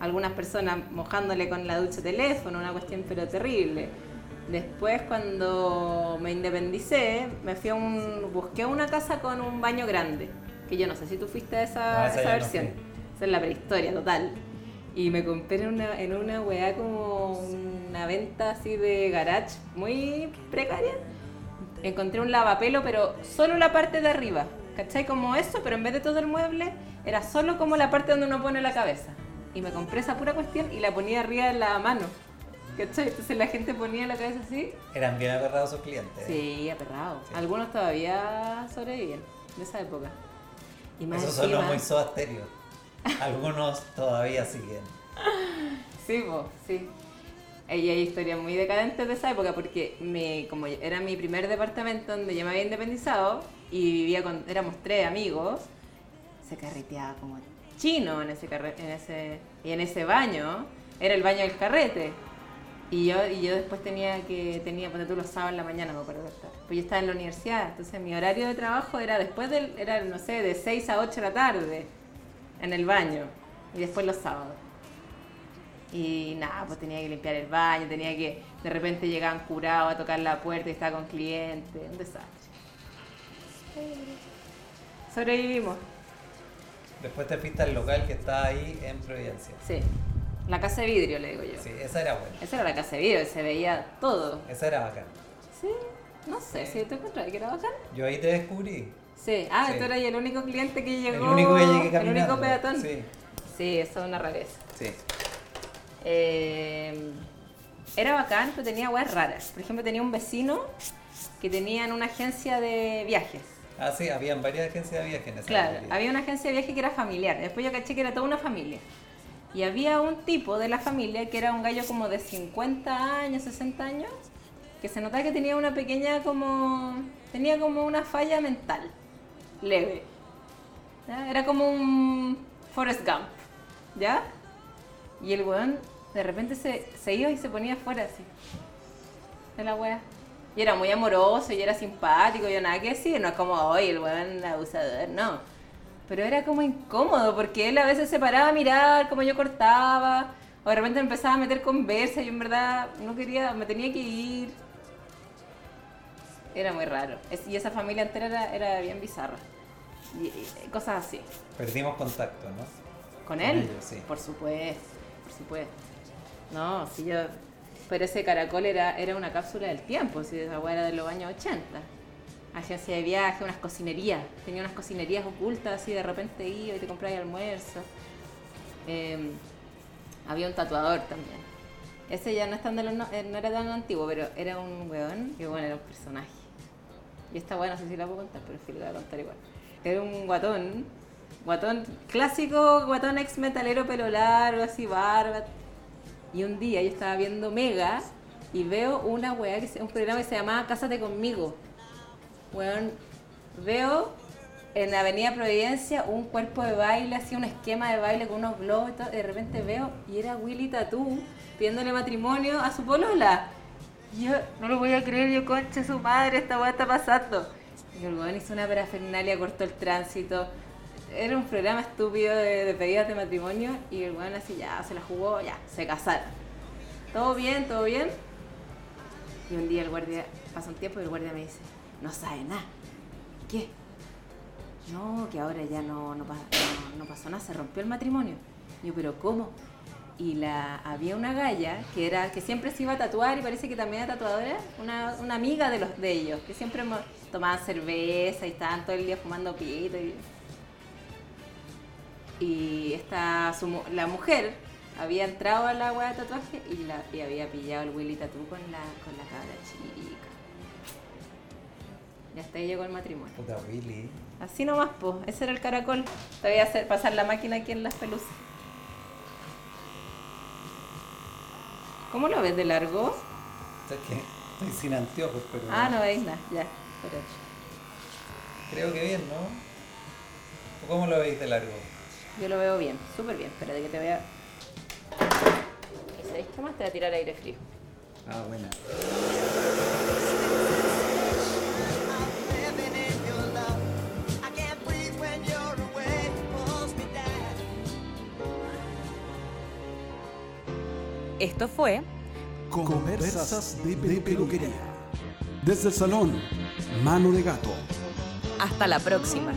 [SPEAKER 7] Algunas personas mojándole con la ducha teléfono, una cuestión pero terrible. Después cuando me independicé, me fui a un, busqué una casa con un baño grande, que yo no sé si tú fuiste a esa,
[SPEAKER 8] No, esa
[SPEAKER 7] Ah, esa
[SPEAKER 8] yo no
[SPEAKER 7] versión.
[SPEAKER 8] fui.
[SPEAKER 7] Esa es la prehistoria total. Y me compré en una, en una weá como una venta así de garage muy precaria. Encontré un lavapelo, pero solo la parte de arriba. ¿Cachai? Como eso, pero en vez de todo el mueble, era solo como la parte donde uno pone la cabeza. Y me compré esa pura cuestión y la ponía arriba de la mano. ¿Cachai? Entonces la gente ponía la cabeza así.
[SPEAKER 8] Eran bien agarrados sus clientes. ¿eh?
[SPEAKER 7] Sí, aperrado.
[SPEAKER 8] Sí.
[SPEAKER 7] Algunos todavía sobreviven de esa época. Y más
[SPEAKER 8] Esos son los
[SPEAKER 7] encima-
[SPEAKER 8] muy soasterios. Algunos todavía siguen.
[SPEAKER 7] Sí, po, sí. Y hay historias muy decadentes de esa época porque me, como era mi primer departamento donde yo me había independizado y vivía con, éramos tres amigos, se carreteaba como chino en ese, carre- en ese y en ese baño, era el baño del carrete. Y yo, y yo después tenía que, tenía, ponte tú los sábados en la mañana, me acuerdo. perfecto. Pues yo estaba en la universidad, entonces mi horario de trabajo era después del, era, no sé, de 6 a 8 de la tarde, en el baño, y después los sábados. Y nada, pues tenía que limpiar el baño, tenía que. De repente llegaban curados a tocar la puerta y estaba con clientes. Un desastre. Sobrevivimos,
[SPEAKER 8] Después te fuiste al local que está ahí en Providencia.
[SPEAKER 7] sí. La casa de vidrio, le digo yo.
[SPEAKER 8] Sí, esa era buena.
[SPEAKER 7] Esa era la casa de vidrio, se veía todo.
[SPEAKER 8] Esa era bacán.
[SPEAKER 7] Sí, no sé, si te encontrabas que era bacán.
[SPEAKER 8] Yo ahí te descubrí.
[SPEAKER 7] Sí, ah,
[SPEAKER 8] Sí.
[SPEAKER 7] tú eras el único cliente que llegó.
[SPEAKER 8] el único que llegué
[SPEAKER 7] el
[SPEAKER 8] caminando.
[SPEAKER 7] único peatón.
[SPEAKER 8] Sí.
[SPEAKER 7] sí, eso es una rareza.
[SPEAKER 2] Sí.
[SPEAKER 7] Eh, era bacán, pero tenía weas raras. Por ejemplo, tenía un vecino que tenía en una agencia de viajes.
[SPEAKER 8] Ah, sí, habían varias agencias de viajes en esa
[SPEAKER 7] Claro,
[SPEAKER 8] localidad.
[SPEAKER 7] había una agencia de viajes que era familiar. Después yo caché que era toda una familia. Y había un tipo de la familia que era un gallo como de 50 años, 60 años, que se notaba que tenía una pequeña como... tenía como una falla mental, leve. ¿Ya? Era como un Forrest Gump, ¿ya? Y el weón de repente se, se iba y se ponía afuera así, de la wea. Y era muy amoroso, y era simpático, y nada que decir. No es como hoy el buen abusador, no. Pero era como incómodo, porque él a veces se paraba a mirar cómo yo cortaba, o de repente me empezaba a meter conversa, y yo en verdad no quería, me tenía que ir. Era muy raro. Es- y esa familia entera era, era bien bizarra. Y- y cosas así.
[SPEAKER 8] Perdimos contacto, ¿no?
[SPEAKER 7] ¿Con él?
[SPEAKER 8] ellos, sí.
[SPEAKER 7] Por supuesto, por supuesto. No, si yo... Pero ese caracol era, era una cápsula del tiempo, si esa weá era de los años 80. Agencia de viaje, unas cocinerías. Tenía unas cocinerías ocultas, así de repente iba y te compraba almuerzo. Eh, había un tatuador también. Ese ya no, es tan de los no, eh, no era tan antiguo, pero era un weón que bueno, era un personaje. Y esta weá no sé si la puedo contar, pero sí la voy a contar igual. Era un guatón, guatón clásico, guatón ex metalero, pelo largo, así, barba. Y un día yo estaba viendo Mega y veo una weá, que se- un programa que se llamaba Cásate conmigo. Weón, veo en la Avenida Providencia un cuerpo de baile, así un esquema de baile con unos globos y todo. De repente veo, y era Willy Tatú pidiéndole matrimonio a su polola. Y Yo no lo voy a creer, yo concha su madre, esta weá está pasando. Y el weón hizo una parafernalia, cortó el tránsito. Era un programa estúpido de, de pedidas de matrimonio y el weón así ya se la jugó, ya, se casaron. Todo bien, todo bien. Y un día el guardia, pasa un tiempo y el guardia me dice, no sabe nada. ¿Qué? No, que ahora ya no, no, pa- no- no pasó nada, se rompió el matrimonio. Y yo, pero ¿cómo? Y la, había una galla que era que siempre se iba a tatuar y parece que también era tatuadora, una, una amiga de los de ellos, que siempre mo- tomaban cerveza y estaban todo el día fumando pito. Y, y esta, su mu- la mujer había entrado a la agua de tatuaje y, la, y había pillado el Willy Tatú con la, con la cabra chica. Y hasta ahí llegó el matrimonio.
[SPEAKER 8] Puta Willy.
[SPEAKER 7] Así nomás, pues. Ese era el caracol. Te voy a hacer pasar la máquina aquí en las pelusas. ¿Cómo lo ves de largo?
[SPEAKER 8] ¿Sabes qué? Estoy sin anteojos, pero.
[SPEAKER 7] Ah, no veis nada. Ya, espérate.
[SPEAKER 8] Creo que bien, ¿no? ¿O ¿Cómo lo veis de largo?
[SPEAKER 7] Yo lo veo bien, súper bien. Espérate que te voy a... ¿Sabéis qué más? Te voy a tirar aire frío.
[SPEAKER 8] Ah, buena.
[SPEAKER 5] Esto fue
[SPEAKER 6] Conversas de, de peluquería. Desde el salón, mano de gato.
[SPEAKER 5] Hasta la próxima.